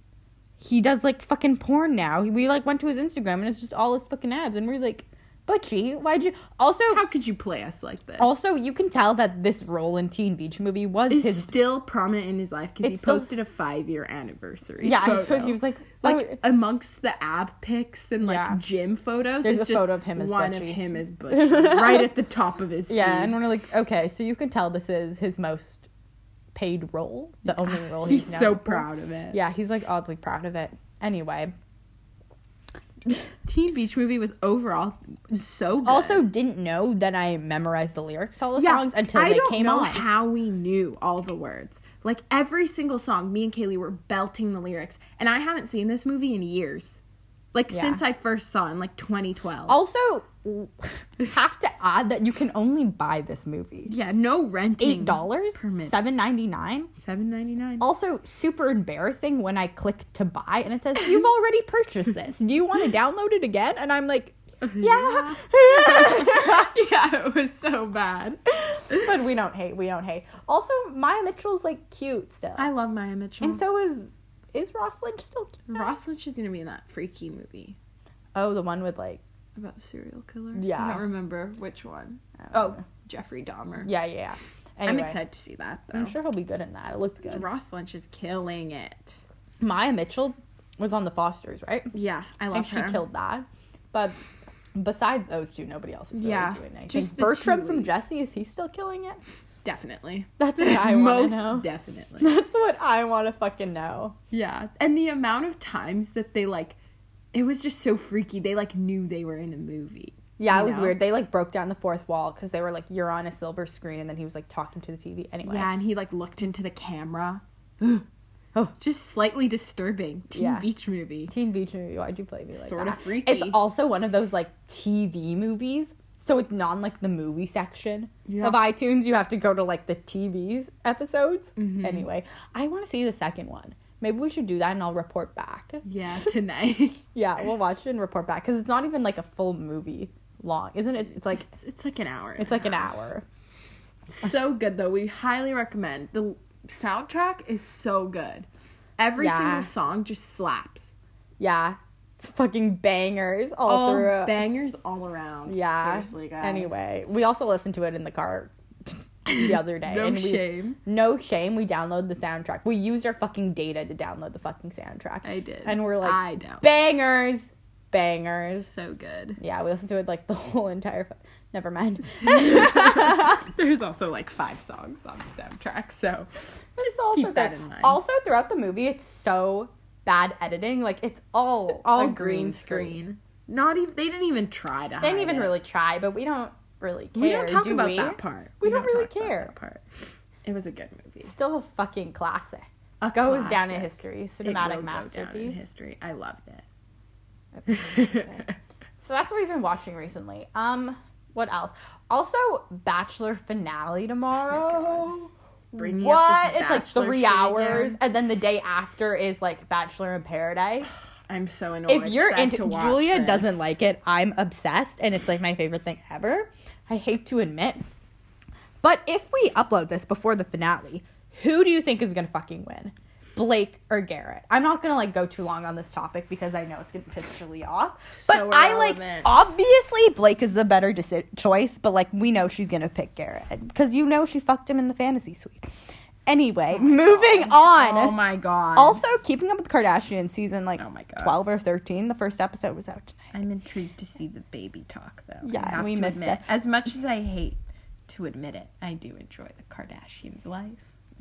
Speaker 1: he does like fucking porn now. We like went to his Instagram and it's just all his fucking abs and we're like, Butchie, why'd you also
Speaker 2: How could you play us like this?
Speaker 1: also you can tell that this role in Teen Beach movie was
Speaker 2: Is
Speaker 1: his
Speaker 2: still prominent in his life because he
Speaker 1: It's still-
Speaker 2: posted a five-year anniversary.
Speaker 1: Yeah, I
Speaker 2: photo.
Speaker 1: suppose he was like,
Speaker 2: like
Speaker 1: oh,
Speaker 2: amongst the ab pics and like
Speaker 1: Yeah.
Speaker 2: gym photos.
Speaker 1: There's
Speaker 2: it's
Speaker 1: a
Speaker 2: just
Speaker 1: photo of him as
Speaker 2: one
Speaker 1: Butchie.
Speaker 2: of him as Butchie, right at the top of his.
Speaker 1: Yeah,
Speaker 2: feed.
Speaker 1: and we're like, okay, so you can tell this is his most paid role, the only role
Speaker 2: he's
Speaker 1: he's, known
Speaker 2: so
Speaker 1: for.
Speaker 2: proud of it.
Speaker 1: Yeah, he's like oddly proud of it. Anyway,
Speaker 2: Teen Beach Movie was overall so good.
Speaker 1: also didn't know that I memorized the lyrics to all the songs until
Speaker 2: I
Speaker 1: they
Speaker 2: don't
Speaker 1: came
Speaker 2: know
Speaker 1: on.
Speaker 2: How we knew all the words, like every single song. Me and Kaylee were belting the lyrics, and I haven't seen this movie in years, like
Speaker 1: Yeah. Oh,
Speaker 2: since I first saw it in like 2012.
Speaker 1: also, have to add that you can only buy this movie
Speaker 2: yeah, no renting.
Speaker 1: eight dollars, Oh.
Speaker 2: Per minute.
Speaker 1: seven ninety nine.
Speaker 2: seven ninety nine.
Speaker 1: Also, super embarrassing when I click to buy and it says you've already purchased this. Do you want to download it again? And I'm like,
Speaker 2: Uh-huh.
Speaker 1: yeah.
Speaker 2: yeah, it was so bad.
Speaker 1: but we don't hate. We don't hate. Also, Maya Mitchell's like cute still,
Speaker 2: I love Maya Mitchell.
Speaker 1: and so is is Ross Lynch still cute?
Speaker 2: Ross Lynch is gonna be in that freaky movie
Speaker 1: Oh, the one with like
Speaker 2: about serial killer. I
Speaker 1: Yeah.
Speaker 2: don't remember which one.
Speaker 1: don't
Speaker 2: Oh, Jeffrey Dahmer.
Speaker 1: yeah, yeah. yeah.
Speaker 2: I'm
Speaker 1: Anyway,
Speaker 2: excited to see that though.
Speaker 1: I'm sure he'll be good in that. It looked good.
Speaker 2: Ross Lynch is killing it.
Speaker 1: Maya Mitchell was on The Fosters, right?
Speaker 2: Yeah, I love
Speaker 1: And
Speaker 2: her.
Speaker 1: she killed that. But besides those two, nobody else is really
Speaker 2: Yeah,
Speaker 1: doing anything.
Speaker 2: just the two
Speaker 1: Bertram from
Speaker 2: leads.
Speaker 1: Jesse is he still killing it?
Speaker 2: Definitely.
Speaker 1: That's what I want
Speaker 2: Most
Speaker 1: to know.
Speaker 2: definitely.
Speaker 1: That's what I want to fucking know.
Speaker 2: Yeah. And the amount of times that they like it was just so freaky. They like knew they were in a movie.
Speaker 1: Yeah, it
Speaker 2: You
Speaker 1: was
Speaker 2: know?
Speaker 1: weird. They like broke down the fourth wall because they were like, "You're on a silver screen," and then he was like talking to the TV. Anyway,
Speaker 2: Yeah, and he like looked into the camera.
Speaker 1: Oh.
Speaker 2: Just slightly disturbing. Teen
Speaker 1: Yeah.
Speaker 2: Beach movie.
Speaker 1: Teen Beach movie. Why'd you play me like
Speaker 2: Sorta
Speaker 1: that?
Speaker 2: freaky.
Speaker 1: It's also one of those like TV movies. So it's not on, like the movie section
Speaker 2: Yeah.
Speaker 1: of iTunes. You have to go to like the TV's episodes.
Speaker 2: Mm-hmm.
Speaker 1: Anyway, I want to see the second one. Maybe we should do that and I'll report back.
Speaker 2: Yeah, tonight.
Speaker 1: Yeah, we'll watch it and report back because it's not even like a full movie long, isn't it? It's like
Speaker 2: it's, it's like an hour.
Speaker 1: it's like an hour.
Speaker 2: so good though. We highly recommend. The soundtrack is so good. Every
Speaker 1: Yeah.
Speaker 2: single song just slaps.
Speaker 1: Yeah, it's fucking bangers all,
Speaker 2: All
Speaker 1: through.
Speaker 2: bangers all around.
Speaker 1: yeah.
Speaker 2: Oh, Seriously, guys.
Speaker 1: Anyway, we also listened to it in the car the other day.
Speaker 2: No
Speaker 1: and we,
Speaker 2: shame.
Speaker 1: No shame. We download the soundtrack. We used our fucking data to download the fucking soundtrack.
Speaker 2: I did.
Speaker 1: And we're like,
Speaker 2: I don't.
Speaker 1: bangers, bangers.
Speaker 2: so good.
Speaker 1: Yeah, we listened to it like the whole entire. Fu- Never mind.
Speaker 2: There's also like five songs on the soundtrack, so
Speaker 1: Just also
Speaker 2: keep that
Speaker 1: good.
Speaker 2: in mind.
Speaker 1: Also, throughout the movie, it's so bad editing. Like it's all
Speaker 2: all
Speaker 1: a
Speaker 2: green screen. Not even they didn't even try
Speaker 1: They
Speaker 2: to.
Speaker 1: didn't
Speaker 2: hide
Speaker 1: even
Speaker 2: it.
Speaker 1: really try, but we don't really care.
Speaker 2: We don't talk
Speaker 1: do
Speaker 2: about
Speaker 1: we?
Speaker 2: that part.
Speaker 1: We don't really
Speaker 2: talk about
Speaker 1: care.
Speaker 2: that part. It was a good movie.
Speaker 1: Still a fucking classic.
Speaker 2: A
Speaker 1: Goes down in
Speaker 2: classic.
Speaker 1: history.
Speaker 2: It will
Speaker 1: Cinematic
Speaker 2: go down in
Speaker 1: masterpiece.
Speaker 2: history. I loved it.
Speaker 1: So that's what we've been watching recently. Um, what else? Also, Bachelor finale
Speaker 2: Oh
Speaker 1: tomorrow.
Speaker 2: Bringing up
Speaker 1: what?
Speaker 2: this
Speaker 1: It's like
Speaker 2: Bachelor
Speaker 1: three
Speaker 2: shit
Speaker 1: hours,
Speaker 2: again.
Speaker 1: and then the day after is like Bachelor in Paradise.
Speaker 2: I'm so annoyed.
Speaker 1: if you're
Speaker 2: 'cause I have
Speaker 1: into
Speaker 2: to watch
Speaker 1: Julia
Speaker 2: this.
Speaker 1: doesn't like it, I'm obsessed and it's like my favorite thing ever. I hate to admit. But if we upload this before the finale, who do you think is going to fucking win? Blake or Garrett? I'm not going to like go too long on this topic because I know it's going to piss Julie off. But
Speaker 2: So
Speaker 1: I like
Speaker 2: irrelevant.
Speaker 1: obviously Blake is the better deci- choice, but like we know she's going to pick Garrett because you know she fucked him in the fantasy suite. Anyway, moving on.
Speaker 2: Oh my Oh god.
Speaker 1: Also, Keeping Up with the Kardashians season like
Speaker 2: Oh my God.
Speaker 1: 12 or 13, the first episode was out tonight.
Speaker 2: I'm intrigued to see the baby talk though. I
Speaker 1: Yeah,
Speaker 2: have
Speaker 1: we
Speaker 2: to
Speaker 1: miss
Speaker 2: admit,
Speaker 1: it.
Speaker 2: As much as I hate to admit it, I do enjoy the Kardashians' life.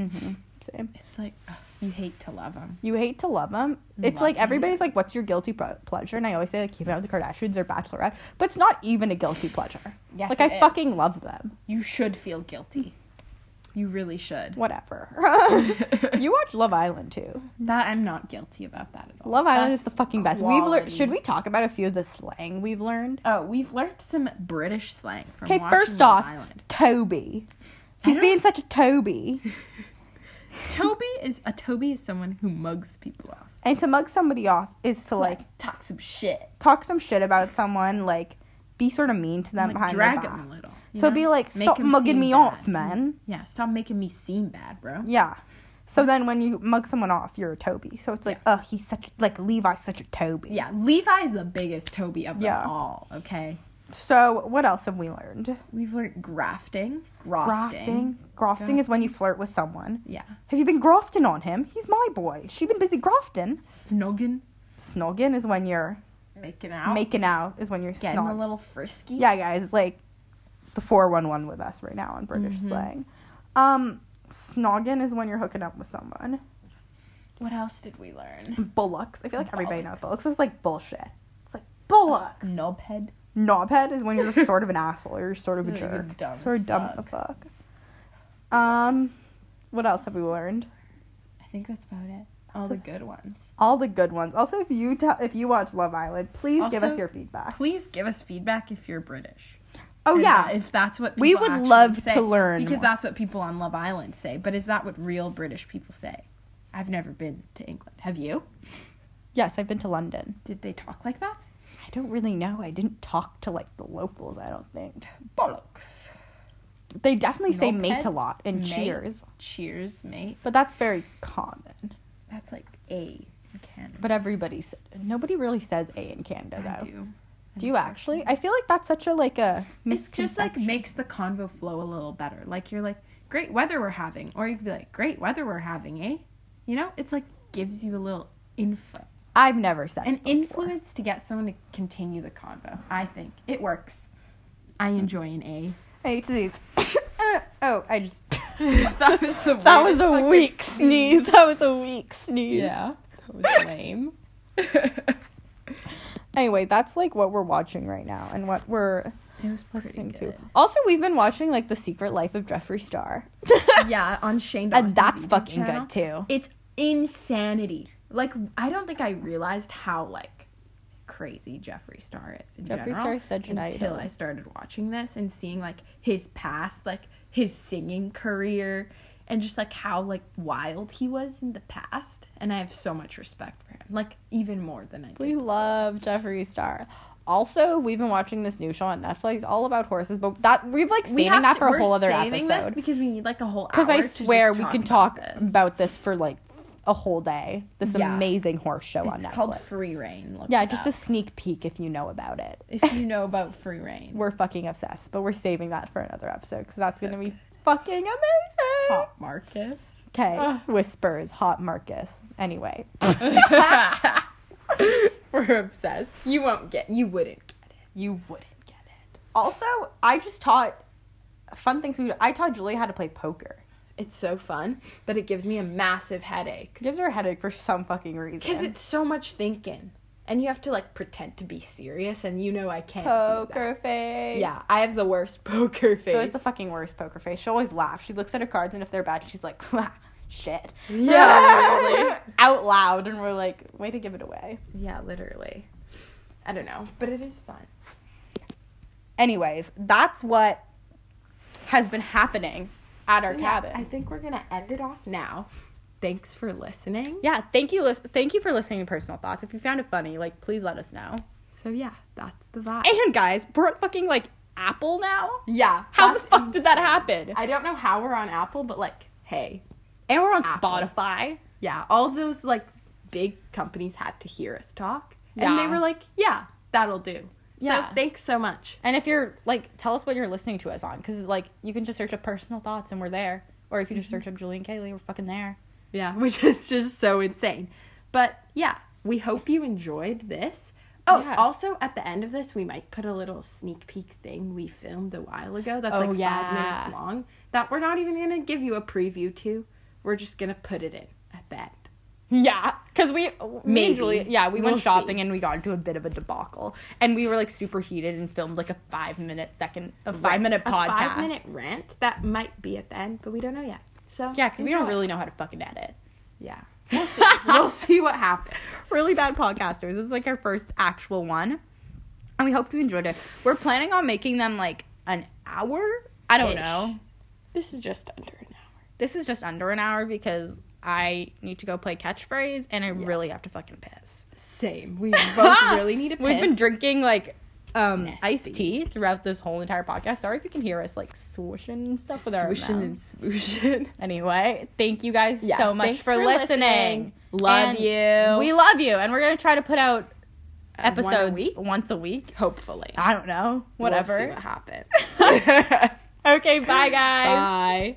Speaker 1: Same.
Speaker 2: It's like ugh, you hate to love them.
Speaker 1: You hate to love them. It's
Speaker 2: Love
Speaker 1: like
Speaker 2: them.
Speaker 1: everybody's like, "What's your guilty pro- pleasure?" And I always say like, "Keeping Up with the Kardashians" or "Bachelorette," but it's not even a guilty pleasure.
Speaker 2: Yes,
Speaker 1: like
Speaker 2: it
Speaker 1: I
Speaker 2: is.
Speaker 1: fucking love them.
Speaker 2: You should feel guilty. You really should.
Speaker 1: Whatever. you watch Love Island too.
Speaker 2: That I'm not guilty about that at all.
Speaker 1: Love Island
Speaker 2: That's
Speaker 1: is the fucking best. We've learned.
Speaker 2: quality.
Speaker 1: Should we talk about a few of the slang we've learned?
Speaker 2: Oh, we've learned some British slang from
Speaker 1: Okay,
Speaker 2: watching
Speaker 1: first
Speaker 2: Love
Speaker 1: off,
Speaker 2: Island.
Speaker 1: Toby. He's
Speaker 2: don't-
Speaker 1: being such a Toby.
Speaker 2: Toby is a Toby is someone who mugs people off.
Speaker 1: And to mug somebody off is to like
Speaker 2: Like talk some shit.
Speaker 1: talk some shit about someone, like be sort of mean to them
Speaker 2: Like,
Speaker 1: behind
Speaker 2: drag
Speaker 1: their back.
Speaker 2: him a little. you
Speaker 1: So
Speaker 2: know?
Speaker 1: be like,
Speaker 2: Make
Speaker 1: stop
Speaker 2: him
Speaker 1: mugging
Speaker 2: seem
Speaker 1: me
Speaker 2: bad.
Speaker 1: off, man.
Speaker 2: Yeah, stop making me seem bad, bro.
Speaker 1: Yeah. So then when you mug someone off, you're a Toby. So it's like, oh, he's such like Levi's such a Toby.
Speaker 2: Yeah, Levi is the biggest Toby of
Speaker 1: Yeah.
Speaker 2: them all. Okay,
Speaker 1: So what else have we learned?
Speaker 2: we've learned grafting, grafting.
Speaker 1: Grafting. Grafting is when you flirt with someone.
Speaker 2: Yeah,
Speaker 1: Have you been grafting on him? He's my boy. She been busy grafting.
Speaker 2: snogging,
Speaker 1: Snogging is when you're
Speaker 2: making out,
Speaker 1: making out. Is when you're
Speaker 2: getting
Speaker 1: snog-
Speaker 2: a little frisky.
Speaker 1: yeah, guys, like the four one one with us right now on British
Speaker 2: Mm-hmm.
Speaker 1: slang. Um, snogging is when you're hooking up with someone.
Speaker 2: What else did we learn?
Speaker 1: Bullocks. I feel like everybody knows bullocks is like bullshit. It's like bullocks.
Speaker 2: Knobhead.
Speaker 1: knobhead is when you're just sort of an asshole. You're just sort of a
Speaker 2: You're
Speaker 1: jerk.
Speaker 2: dumb
Speaker 1: sort of
Speaker 2: as
Speaker 1: dumb the fuck. Um, what else have we learned?
Speaker 2: I think that's about it. All the good ones.
Speaker 1: All the good ones. Also, if you tell if you watch Love Island, please give us
Speaker 2: Also-
Speaker 1: your feedback.
Speaker 2: Please give us feedback if you're British.
Speaker 1: Oh
Speaker 2: And,
Speaker 1: yeah,
Speaker 2: uh, if that's what
Speaker 1: We
Speaker 2: people
Speaker 1: would
Speaker 2: actually
Speaker 1: love
Speaker 2: say,
Speaker 1: to learn
Speaker 2: because
Speaker 1: more.
Speaker 2: that's what people on Love Island say. But is that what real British people say? I've never been to England. Have you?
Speaker 1: yes, I've been to London.
Speaker 2: Did they talk like that?
Speaker 1: I don't really know. I didn't talk to like the locals. I don't think
Speaker 2: Bollocks.
Speaker 1: they definitely say
Speaker 2: Knobhead?
Speaker 1: mate a lot and
Speaker 2: Mate?
Speaker 1: cheers,
Speaker 2: Cheers, mate.
Speaker 1: but that's very common.
Speaker 2: That's like A in Canada.
Speaker 1: But everybody's nobody really says a in Canada
Speaker 2: I
Speaker 1: though.
Speaker 2: do.
Speaker 1: uh, Do you actually? I feel like that's such a like a
Speaker 2: It's just like
Speaker 1: misconception.
Speaker 2: makes the convo flow a little better. Like you're like, great weather we're having, or you could be like, great weather we're having, eh? You know, it's like gives you a little info,
Speaker 1: I've never said
Speaker 2: an
Speaker 1: it before.
Speaker 2: influence to get someone to continue the convo. I think it works. I enjoy an A.
Speaker 1: I hate disease. oh, I just.
Speaker 2: that was the
Speaker 1: That was
Speaker 2: weirdest
Speaker 1: a
Speaker 2: fucking
Speaker 1: weak
Speaker 2: scene.
Speaker 1: sneeze. That was a weak sneeze.
Speaker 2: Yeah, that was lame. it
Speaker 1: Anyway, that's like what we're watching right now and what we're
Speaker 2: was
Speaker 1: listening
Speaker 2: pretty
Speaker 1: to.
Speaker 2: good.
Speaker 1: Also, we've been watching like The Secret Life of Jeffree Star.
Speaker 2: yeah, on
Speaker 1: And
Speaker 2: Shane. Dawson's
Speaker 1: that's
Speaker 2: YouTube
Speaker 1: fucking
Speaker 2: channel.
Speaker 1: good too.
Speaker 2: It's insanity. Like I don't think I realized how like crazy Jeffree Star is in
Speaker 1: Jeffree
Speaker 2: general
Speaker 1: Star is such an
Speaker 2: until
Speaker 1: idol.
Speaker 2: I started watching this and seeing like his past, like his singing career, and just like how like wild he was in the past. And I have so much respect for him, like even more than I did.
Speaker 1: We love Jeffree Star. Also, we've been watching this new show on Netflix all about horses, but that we've like saving
Speaker 2: have
Speaker 1: that
Speaker 2: to-
Speaker 1: for a
Speaker 2: we're
Speaker 1: whole other
Speaker 2: saving
Speaker 1: episode.
Speaker 2: this because we need like a whole
Speaker 1: Because
Speaker 2: hour
Speaker 1: I
Speaker 2: to just
Speaker 1: swear we can talk
Speaker 2: about
Speaker 1: about
Speaker 2: this.
Speaker 1: this. for like a whole day. This
Speaker 2: Yeah.
Speaker 1: amazing horse show on
Speaker 2: it's
Speaker 1: Netflix.
Speaker 2: called Free Reign. Look
Speaker 1: yeah,
Speaker 2: it
Speaker 1: just a
Speaker 2: up.
Speaker 1: sneak peek if you know about it.
Speaker 2: if you know about Free Reign.
Speaker 1: we're fucking obsessed, but we're saving that for another episode because that's
Speaker 2: So
Speaker 1: gonna be fucking amazing.
Speaker 2: Pop Marcus.
Speaker 1: Okay, whispers, hot Marcus. Anyway,
Speaker 2: We're obsessed. You won't get. You wouldn't get it.
Speaker 1: you wouldn't get it. Also, I just taught fun things. We I taught Julia how to play poker.
Speaker 2: It's so fun, but it gives me a massive headache
Speaker 1: It gives her a headache for some fucking reason.
Speaker 2: because it's so much thinking, and you have to like pretend to be serious, and you know I can't do that.
Speaker 1: poker face.
Speaker 2: Yeah, I have the worst poker face.
Speaker 1: So it's the fucking worst poker face. She always laughs. She looks at her cards, and if they're bad, she's like, "Ah, shit.
Speaker 2: Yeah, literally.
Speaker 1: Out loud, and we're like, way to give it away.
Speaker 2: yeah, literally. I don't know, but it is fun.
Speaker 1: anyways, that's what has been happening at our
Speaker 2: So, yeah,
Speaker 1: cabin.
Speaker 2: I think we're gonna end it off now. Thanks for listening.
Speaker 1: yeah, thank you. Lis- thank you for listening to Personal Thoughts. If you found it funny, like, please let us know.
Speaker 2: So yeah, that's the vibe.
Speaker 1: And guys, we're on fucking like Apple now.
Speaker 2: yeah.
Speaker 1: How the
Speaker 2: that's
Speaker 1: fuck did that happen?
Speaker 2: I don't know how we're on Apple, but like, hey,
Speaker 1: and we're on
Speaker 2: Apple.
Speaker 1: Spotify.
Speaker 2: yeah, all of those like big companies had to hear us talk, and they
Speaker 1: Yeah.
Speaker 2: were like, yeah, that'll do.
Speaker 1: Yeah.
Speaker 2: So thanks so much.
Speaker 1: And if you're like, tell us what you're listening to us on, because like you can just search up Personal Thoughts and we're there. Or if you just search up Julie and Kaylee, we're fucking there.
Speaker 2: Yeah, which is just so insane. But yeah, we hope you enjoyed this. Oh,
Speaker 1: Yeah.
Speaker 2: also at the end of this, we might put a little sneak peek thing we filmed a while ago that's
Speaker 1: Oh,
Speaker 2: like
Speaker 1: yeah.
Speaker 2: five minutes long that we're not even gonna give you a preview to. We're just gonna put it in at that.
Speaker 1: Yeah, because we me
Speaker 2: Maybe.
Speaker 1: and Julie, yeah, we went
Speaker 2: We'll
Speaker 1: shopping
Speaker 2: see.
Speaker 1: and we got into a bit of a debacle, and we were like super heated and filmed like a five minute second, a five minute
Speaker 2: A
Speaker 1: podcast.
Speaker 2: five minute rant that might be at the end, but we don't know yet. So
Speaker 1: Yeah, because we don't
Speaker 2: enjoy.
Speaker 1: really know how to fucking edit.
Speaker 2: Yeah, we'll see. we'll see what happens.
Speaker 1: Really bad podcasters. This is like our first actual one, and we hope you enjoyed it. We're planning on making them like an hour. I don't
Speaker 2: Ish.
Speaker 1: know.
Speaker 2: This is just under an hour.
Speaker 1: This is just under an hour because I need to go play catchphrase, and I really have to fucking piss.
Speaker 2: Same. We both really need a piss.
Speaker 1: We've been drinking like um
Speaker 2: Nasty.
Speaker 1: iced tea throughout this whole entire podcast. Sorry if you can hear us like swooshing and stuff with our
Speaker 2: swooshing and
Speaker 1: mouths.
Speaker 2: swooshing.
Speaker 1: Anyway, thank you guys
Speaker 2: Yeah,
Speaker 1: so much
Speaker 2: thanks
Speaker 1: for,
Speaker 2: for
Speaker 1: listening.
Speaker 2: listening. Love you.
Speaker 1: We love you, and we're gonna try to put out
Speaker 2: Uh, one a
Speaker 1: episodes
Speaker 2: week?
Speaker 1: once a week.
Speaker 2: Hopefully,
Speaker 1: I don't know,
Speaker 2: We'll see
Speaker 1: whatever.
Speaker 2: what happens.
Speaker 1: okay, bye guys.
Speaker 2: Bye.